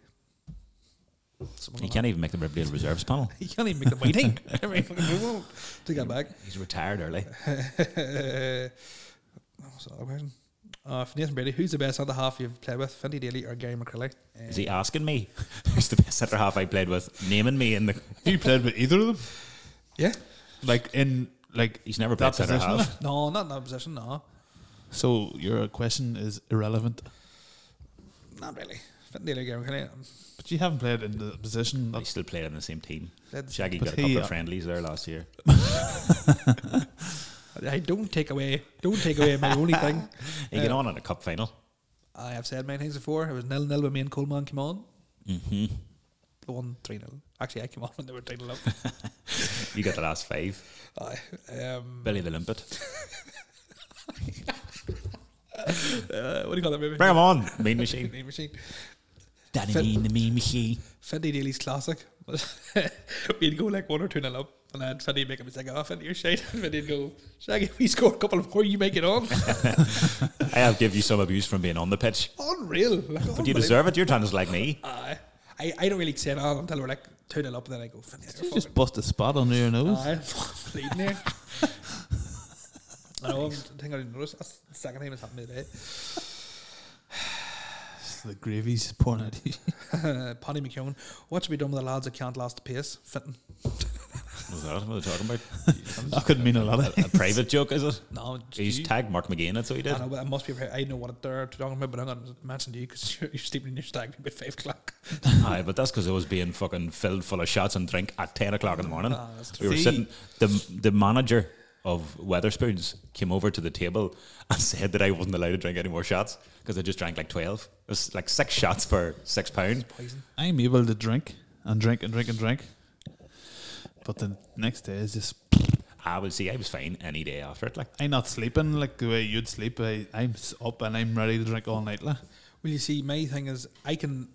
Speaker 1: (laughs) Something
Speaker 3: He
Speaker 1: like
Speaker 3: can't even make the Riverdale reserves panel.
Speaker 1: that. He can't even make (laughs)
Speaker 3: (laughs)
Speaker 1: the whiting. Every fucking move won't. Take that back.
Speaker 3: He's retired early.
Speaker 1: What was the other question? (laughs) Uh, for Nathan Brady, who's the best other half you've played with? Finty Daly or Gary McCrilly? Uh,
Speaker 3: (laughs) Is he asking me (laughs) who's the best centre half I played with? Naming me in the.
Speaker 2: Have you played with either of them?
Speaker 1: Yeah.
Speaker 2: Like in like
Speaker 3: He's never played
Speaker 2: That
Speaker 3: centre
Speaker 2: position,
Speaker 3: half.
Speaker 1: No, not in that position. No,
Speaker 2: so your question is irrelevant.
Speaker 1: not really. Finty Daly, Gary McCrilly. um,
Speaker 2: But you haven't played in the position.
Speaker 3: He still played on the same team.
Speaker 1: that's-
Speaker 3: Shaggy
Speaker 2: But
Speaker 3: got a couple
Speaker 2: he, uh,
Speaker 3: of friendlies there last year.
Speaker 1: I don't take away. Don't take away my only (laughs) thing.
Speaker 3: He got on in a cup final.
Speaker 1: I have said many things before. It was nil nil when me and Coleman came on.
Speaker 3: hmm
Speaker 1: Mm-hmm. The one three nil. Actually, I came on when they were three (laughs) nil up.
Speaker 3: You got the last five.
Speaker 1: Aye. um,
Speaker 3: Billy the Limpet. (laughs)
Speaker 1: uh, what do you call that movie?
Speaker 3: Bring him on, Mean (laughs) Machine.
Speaker 1: Name machine.
Speaker 4: Danny
Speaker 1: Fit-
Speaker 4: Mean, the mean machine.
Speaker 1: Fendi Daly's classic. (laughs) We'd go like one or two nil up, and then Fendi make a mistake. Oh, Fendi, you're shite. (laughs) And Fendy'd go, Shaggy, we score a couple of more. You make it
Speaker 3: (laughs)
Speaker 1: on.
Speaker 3: I have give you some abuse from being on the pitch,
Speaker 1: Unreal. Like,
Speaker 3: but you deserve it. Your time is like me.
Speaker 1: Aye. I, I don't really say that until we're like two nil up, and then I go, Fendi,
Speaker 2: You
Speaker 1: you're
Speaker 2: just bust a spot under your nose.
Speaker 1: Aye, (laughs) fucking bleeding here. I know, I'm- I think I didn't notice. That's the second time it's happened today.
Speaker 2: It's The gravy's pouring out. (laughs)
Speaker 1: (laughs) Paddy McKeown, what should be done with the lads that can't last the pace? Fitting.
Speaker 3: Was that what they're talking about? (laughs)
Speaker 2: that could mean a lot.
Speaker 3: A
Speaker 1: (laughs)
Speaker 3: private joke, is it?
Speaker 1: No,
Speaker 3: He's
Speaker 1: you-
Speaker 3: tagged Mark McGain. That's what he did.
Speaker 1: I know, but it must be. I know what they're talking about, but I'm going to mention to you because (laughs) you're, you're sleeping in your stag at five o'clock.
Speaker 3: Aye, but that's because it was being fucking filled full of shots and drink at ten o'clock in the morning.
Speaker 1: Ah, that's
Speaker 3: we were
Speaker 2: true.
Speaker 3: sitting. the The manager of Weatherspoons came over to the table (laughs) and said that I wasn't allowed to drink any more shots because I just drank like twelve. It was like six shots for six pound.
Speaker 1: Poison.
Speaker 2: (laughs) I'm able to drink and drink and drink and drink, but the next day is just.
Speaker 3: I will see. I was fine any day after it. Like
Speaker 2: I'm not sleeping like the way you'd sleep. I, I'm s- up and I'm ready to drink all night. Like.
Speaker 1: Well, you see, my thing is, I can.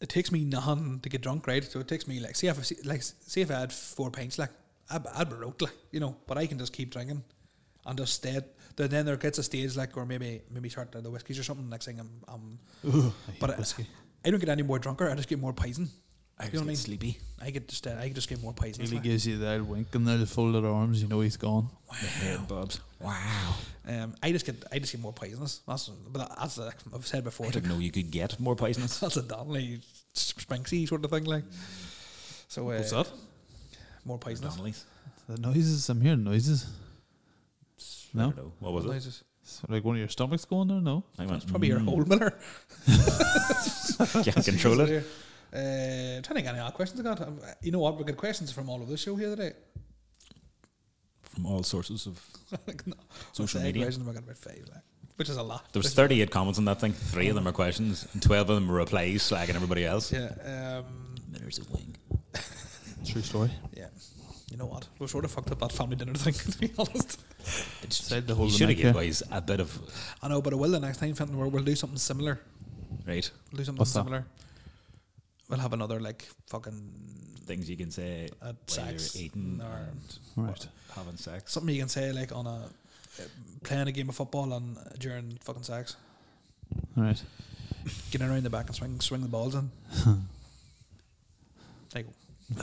Speaker 1: It takes me nothing to get drunk, right? So it takes me like, see if I see, like, see if I had four pints, like, I'd, I'd be out, like, you know. But I can just keep drinking, and just stay. Then then there gets a stage like, or maybe maybe start the whiskies or something. Next thing I'm, I'm but I,
Speaker 2: whiskey.
Speaker 1: I don't get any more drunker. I just get more poison.
Speaker 4: I
Speaker 1: You
Speaker 4: was
Speaker 1: know what I mean?
Speaker 4: getting sleepy.
Speaker 1: I get just uh, I just get more poison.
Speaker 2: He gives you the old wink and the folded arms. You know he's gone.
Speaker 4: Wow.
Speaker 1: Um, I just get I just get more poisonous. That's but that's like I've said before.
Speaker 3: I
Speaker 1: it's a (laughs)
Speaker 3: didn't know you could get more poisonous.
Speaker 1: that's a Donnelly Sprinksy sort of thing like. So uh,
Speaker 2: What's that?
Speaker 1: More poisonous.
Speaker 3: Donnellys.
Speaker 2: The noises. I'm hearing noises.
Speaker 3: I
Speaker 2: No,
Speaker 3: don't know. What was it?
Speaker 1: Noises.
Speaker 2: It's like one of your stomachs going there. No,
Speaker 3: I
Speaker 1: It's
Speaker 3: went,
Speaker 1: probably your whole miller. (laughs)
Speaker 3: can't control it.
Speaker 1: Uh, trying to get any other questions I got. Um, you know what? We got questions from all over the show here today. (laughs)
Speaker 3: From all sources of.
Speaker 1: like, no.
Speaker 3: Social
Speaker 1: I'd say
Speaker 3: media.
Speaker 1: questions, We got about five, like, which is a lot.
Speaker 3: There was 38 comments on that thing. Three of them are questions, and 12 of them were replies, slagging everybody else.
Speaker 1: yeah. Um,
Speaker 4: Miller's a wing.
Speaker 2: true story.
Speaker 1: yeah. You know what? We sort of fucked up that family dinner thing, (laughs) to be honest.
Speaker 2: Said the whole of
Speaker 3: You
Speaker 2: the
Speaker 3: should
Speaker 2: night,
Speaker 3: have given
Speaker 2: yeah.
Speaker 3: guys a bit of.
Speaker 1: I know, but I will the next time, Fenton. We'll, we'll do something similar.
Speaker 3: Right.
Speaker 1: We'll do something
Speaker 2: What's that?
Speaker 1: similar. We'll have another, like, fucking
Speaker 3: Things you can say
Speaker 1: uh,
Speaker 3: while you're
Speaker 1: sex.
Speaker 3: eating
Speaker 1: Or
Speaker 3: and
Speaker 2: Right.
Speaker 3: having sex.
Speaker 1: something you can say, like, on a. Uh, playing a game of football on uh, during fucking sex.
Speaker 2: All right.
Speaker 1: Getting around the back and swing, swing the balls
Speaker 2: (laughs)
Speaker 1: in. like,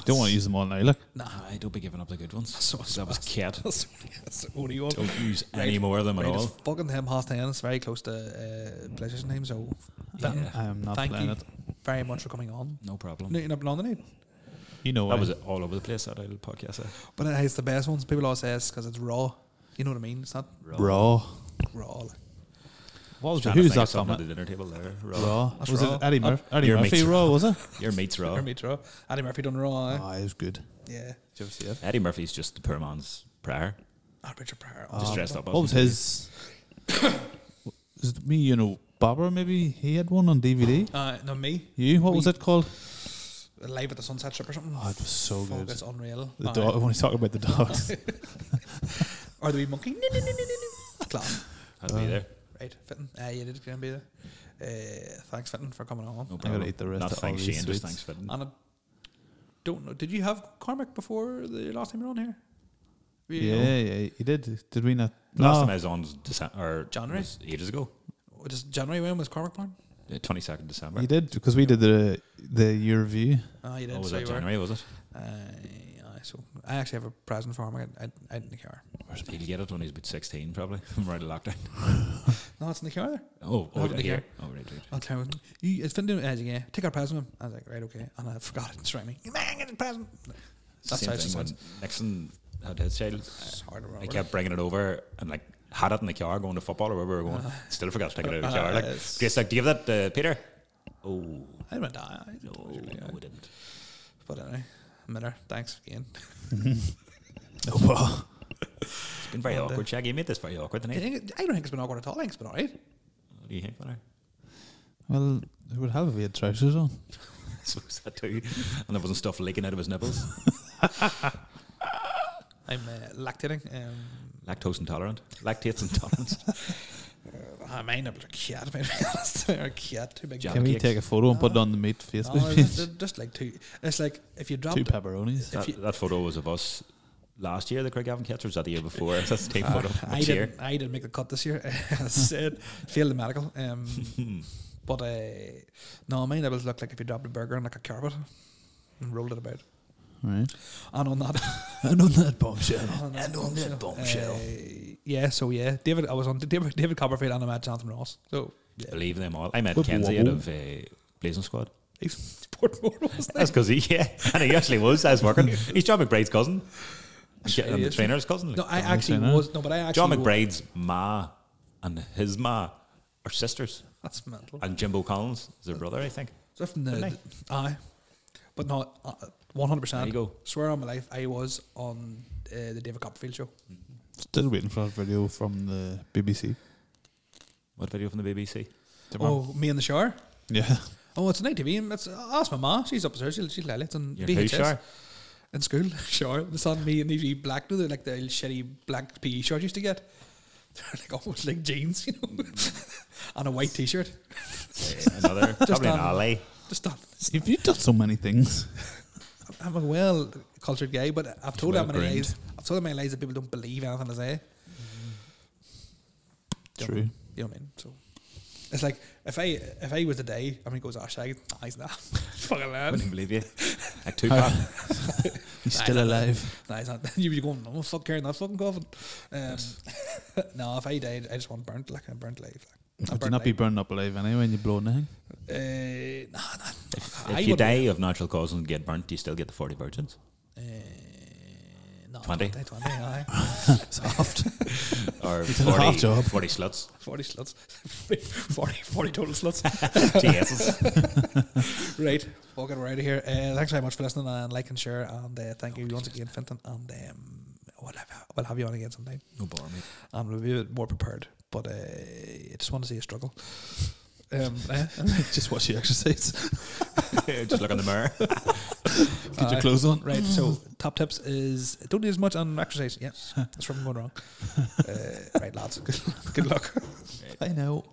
Speaker 2: Don't want to use them all now. Look,
Speaker 1: nah.
Speaker 3: I don't be giving up the good (laughs) ones.
Speaker 1: So-
Speaker 3: Because that was cat.
Speaker 1: That's, (laughs) that's the only one.
Speaker 3: Don't (laughs) use
Speaker 1: Right.
Speaker 3: any more of them at
Speaker 1: Right,
Speaker 3: all.
Speaker 1: it's fucking him half ten. It's very close to uh, PlayStation time, so
Speaker 3: Yeah.
Speaker 2: I am not
Speaker 1: thank
Speaker 2: playing
Speaker 1: you
Speaker 2: it.
Speaker 1: very much for coming on.
Speaker 3: No problem.
Speaker 1: No, you're not been on the night,
Speaker 2: You know
Speaker 3: That
Speaker 2: I-
Speaker 3: was all over the place, that idle podcast. eh?
Speaker 1: but it has the best ones. People always say it's because it's raw. You know what I mean? It's not
Speaker 2: Raw.
Speaker 1: raw. Like.
Speaker 2: What was
Speaker 3: Trying to
Speaker 2: Who's
Speaker 3: think of
Speaker 2: that
Speaker 3: something
Speaker 2: comment?
Speaker 3: at the dinner table there. Rob.
Speaker 2: Raw.
Speaker 1: That's
Speaker 2: was
Speaker 1: raw.
Speaker 2: it Eddie, Mur- Eddie
Speaker 3: your
Speaker 2: Murphy?
Speaker 3: mate's-
Speaker 2: Raw was it?
Speaker 3: Your mate's raw.
Speaker 1: Or meat raw. Eddie Murphy done raw. eh?
Speaker 2: Ah, it was good.
Speaker 1: Yeah.
Speaker 2: Did you ever see it?
Speaker 3: Eddie Murphy's just the poor man's prayer.
Speaker 1: Oh, Richard Pryor.
Speaker 3: Just dressed up.
Speaker 2: Um, What was his? was it me, you know, Bobber? Maybe he had one on DVD.
Speaker 1: Uh, no, me.
Speaker 2: You? What was
Speaker 1: We-
Speaker 2: it called?
Speaker 1: Live at the Sunset Strip or something.
Speaker 2: Oh, it was so
Speaker 1: Fuck,
Speaker 2: good.
Speaker 1: It's unreal.
Speaker 2: The
Speaker 1: Aye.
Speaker 2: dog. When he's talking about the (laughs) dogs.
Speaker 1: Or the wee monkey. No, no, no, no, no, no. Class.
Speaker 3: Had to
Speaker 2: Uh,
Speaker 3: be there.
Speaker 1: Right, Fitton. Uh, you did going to be there. Uh, thanks, Fitton, for coming on.
Speaker 3: No
Speaker 2: gotta
Speaker 3: problem.
Speaker 2: eat the rest
Speaker 3: Not
Speaker 2: of all
Speaker 3: thanks,
Speaker 2: these
Speaker 3: Shane.
Speaker 2: sweets.
Speaker 3: Just thanks, Fitton.
Speaker 1: And I don't know. Did you have Cormac before the last time you were on here? Were you-
Speaker 2: yeah, yeah, he did. Did we not?
Speaker 3: Last time I
Speaker 2: no.
Speaker 3: was on was Dece- or
Speaker 1: January?
Speaker 3: was ages ago,
Speaker 1: Oh, Just January when was Cormac born?
Speaker 3: twenty second December.
Speaker 2: You did because we did the the year review.
Speaker 1: Ah, you did.
Speaker 3: Oh, was
Speaker 1: so
Speaker 3: that
Speaker 1: you were.
Speaker 3: January? Was it?
Speaker 1: Aye, aye, so I actually have a present for him. I, I, I didn't care.
Speaker 3: He'll get it when he's about sixteen, probably. (laughs) right at lockdown.
Speaker 1: No, it's in the car there.
Speaker 3: Oh,
Speaker 1: Oh,
Speaker 3: oh, right
Speaker 1: the
Speaker 3: here.
Speaker 1: gear.
Speaker 3: Oh, right, right.
Speaker 1: I'll tell him. You, it's been doing as again. Take our present. I was like, right, okay. And I forgot it. It's right me. You man, get a present. That's how
Speaker 3: Same
Speaker 1: it's
Speaker 3: thing when Nixon had his child.
Speaker 1: It's hard to
Speaker 3: I
Speaker 1: remember.
Speaker 3: kept bringing it over and like had it in the car going to football or wherever we were going. Still forgot to take it out of the car. Like,
Speaker 1: Uh, it's-
Speaker 3: Grace, like, do you give that, uh, Peter? Uh-huh. Oh
Speaker 1: I went die. eh? I
Speaker 3: no,
Speaker 1: told you,
Speaker 3: no,
Speaker 1: yeah.
Speaker 3: we didn't.
Speaker 1: But anyway, Miller, thanks again.
Speaker 2: Oh, wow.
Speaker 3: It's been very
Speaker 1: And, uh,
Speaker 3: awkward, Shaggy. You made this very awkward
Speaker 1: I
Speaker 3: tonight.
Speaker 1: think- I don't think it's been awkward at all. I think it's been alright.
Speaker 3: What do you think, Connor? (laughs)
Speaker 2: Well, it would have if he had trousers on.
Speaker 3: I suppose that too. And there wasn't stuff leaking out of his nipples.
Speaker 1: I'm uh, lactating. Um,
Speaker 3: Lactose intolerant. Lactates intolerant.
Speaker 1: I mean, I'm a cat, to be (laughs) honest. They're a cat, too big.
Speaker 3: Jam
Speaker 2: Can we
Speaker 3: cakes.
Speaker 2: take a photo and put it
Speaker 1: No.
Speaker 2: on the meat Facebook
Speaker 1: No,
Speaker 2: page?
Speaker 1: it's just, just like two. It's like if you drop
Speaker 2: Two pepperonis.
Speaker 1: If
Speaker 3: That,
Speaker 1: you-
Speaker 3: that photo was of us last year, the Craigavon Cats, or was that the year
Speaker 1: (laughs)
Speaker 3: before? That's the same photo from
Speaker 1: I
Speaker 3: this year.
Speaker 1: didn't, I didn't make the cut this year. (laughs) As I said, failed the medical. Um, but uh, no, my nipples look like if you dropped a burger on like a carpet and rolled it about.
Speaker 2: Right.
Speaker 1: And on that,
Speaker 2: And on that bombshell.
Speaker 1: on
Speaker 4: And on that bombshell.
Speaker 1: uh, yeah. So yeah, David, I was on David, David Copperfield and I met Jonathan Ross. So yeah,
Speaker 3: Believe them all. I met
Speaker 2: Whoop,
Speaker 3: Kenzie
Speaker 2: whoop,
Speaker 3: out of uh, Blazing Squad.
Speaker 1: he's (laughs) Portmore wasn't he?
Speaker 3: That's because he, (laughs) yeah, and he actually was. I was working. He's John McBride's cousin.
Speaker 1: Sure
Speaker 3: And
Speaker 1: he
Speaker 3: the
Speaker 1: is.
Speaker 3: trainer's cousin.
Speaker 1: No, I actually
Speaker 2: Shannon.
Speaker 1: was no, but I actually
Speaker 3: John
Speaker 1: was-
Speaker 3: McBride's ma and his ma are sisters.
Speaker 1: That's mental.
Speaker 3: And Jimbo Collins is their brother, I think.
Speaker 1: So from the,
Speaker 3: Didn't
Speaker 1: the- aye, but no, uh, one hundred
Speaker 3: There you
Speaker 1: percent.
Speaker 3: go.
Speaker 1: Swear on my life, I was on uh, the David Copperfield show.
Speaker 2: Still waiting for a video from the BBC.
Speaker 3: What video from the BBC?
Speaker 2: Tomorrow.
Speaker 1: Oh, me in the shower.
Speaker 2: (laughs) Yeah.
Speaker 1: Oh, it's a night TV. It's ask my ma. She's upstairs. She'll she'll tell you. It's on
Speaker 3: Your
Speaker 1: VHS
Speaker 3: who,
Speaker 1: (laughs)
Speaker 3: Shar?
Speaker 1: in school. (laughs) sure, it's on me and the black. Do they like the old shitty black PE shirt I used to (laughs) get? They're er like almost like jeans, you know, (laughs) and a white T-shirt.
Speaker 3: Uh, Another, probably an
Speaker 1: on-
Speaker 3: alley.
Speaker 1: Just not.
Speaker 2: If you've done so many things. (laughs)
Speaker 1: I'm a well cultured guy, but I've told
Speaker 3: well
Speaker 1: how many
Speaker 3: groomed.
Speaker 1: lies. I've told how many lies that people don't believe anything I say. Do you know-
Speaker 2: True.
Speaker 1: You know what I mean? So it's like if I if I was to die, I mean, goes, "Ah, shag, nah, he's not (laughs) fucking
Speaker 3: I
Speaker 1: lad." (laughs)
Speaker 3: wouldn't believe you. Like Tupac.
Speaker 2: He's still alive.
Speaker 1: Nah, he's (laughs) not. You'd be going, "No fuck caring that fucking coffin." Um, (laughs) no, if I died, I just want burnt like I'm burnt alive. Like,
Speaker 2: Would you
Speaker 1: burnt
Speaker 2: not be
Speaker 1: alive.
Speaker 2: burned up alive anyway when you blow anything?
Speaker 1: Uh, nah, nah,
Speaker 3: If,
Speaker 1: I
Speaker 3: if you
Speaker 1: would-
Speaker 3: die of natural causes and get burnt, do you still get the 40 virgins?
Speaker 1: uh, no,
Speaker 3: 20.
Speaker 1: 20, 20 aye.
Speaker 2: (laughs)
Speaker 1: (laughs)
Speaker 2: Soft.
Speaker 3: Or
Speaker 2: did a half
Speaker 3: 40,
Speaker 2: job.
Speaker 3: 40 sluts?
Speaker 1: 40 sluts. (laughs) 40, 40 total sluts.
Speaker 2: (laughs)
Speaker 3: TSs?
Speaker 1: Right. Fucking we're out of here. Uh, thanks very much for listening and like and share. And uh, thank you once again, Finton. And um, we'll, have, we'll have you on again sometime.
Speaker 3: No bother, mate.
Speaker 1: And we'll be a bit more prepared. But uh, I just want to see you struggle.
Speaker 2: (laughs)
Speaker 1: Um, eh?
Speaker 2: Just watch
Speaker 1: (laughs)
Speaker 2: the exercise.
Speaker 3: (laughs) Just look in the mirror.
Speaker 2: Get your clothes on.
Speaker 1: Right, so top tips is don't do as much on exercise. (laughs) Yes, that's from going wrong. Uh, right, lads, good, good luck.
Speaker 2: I know.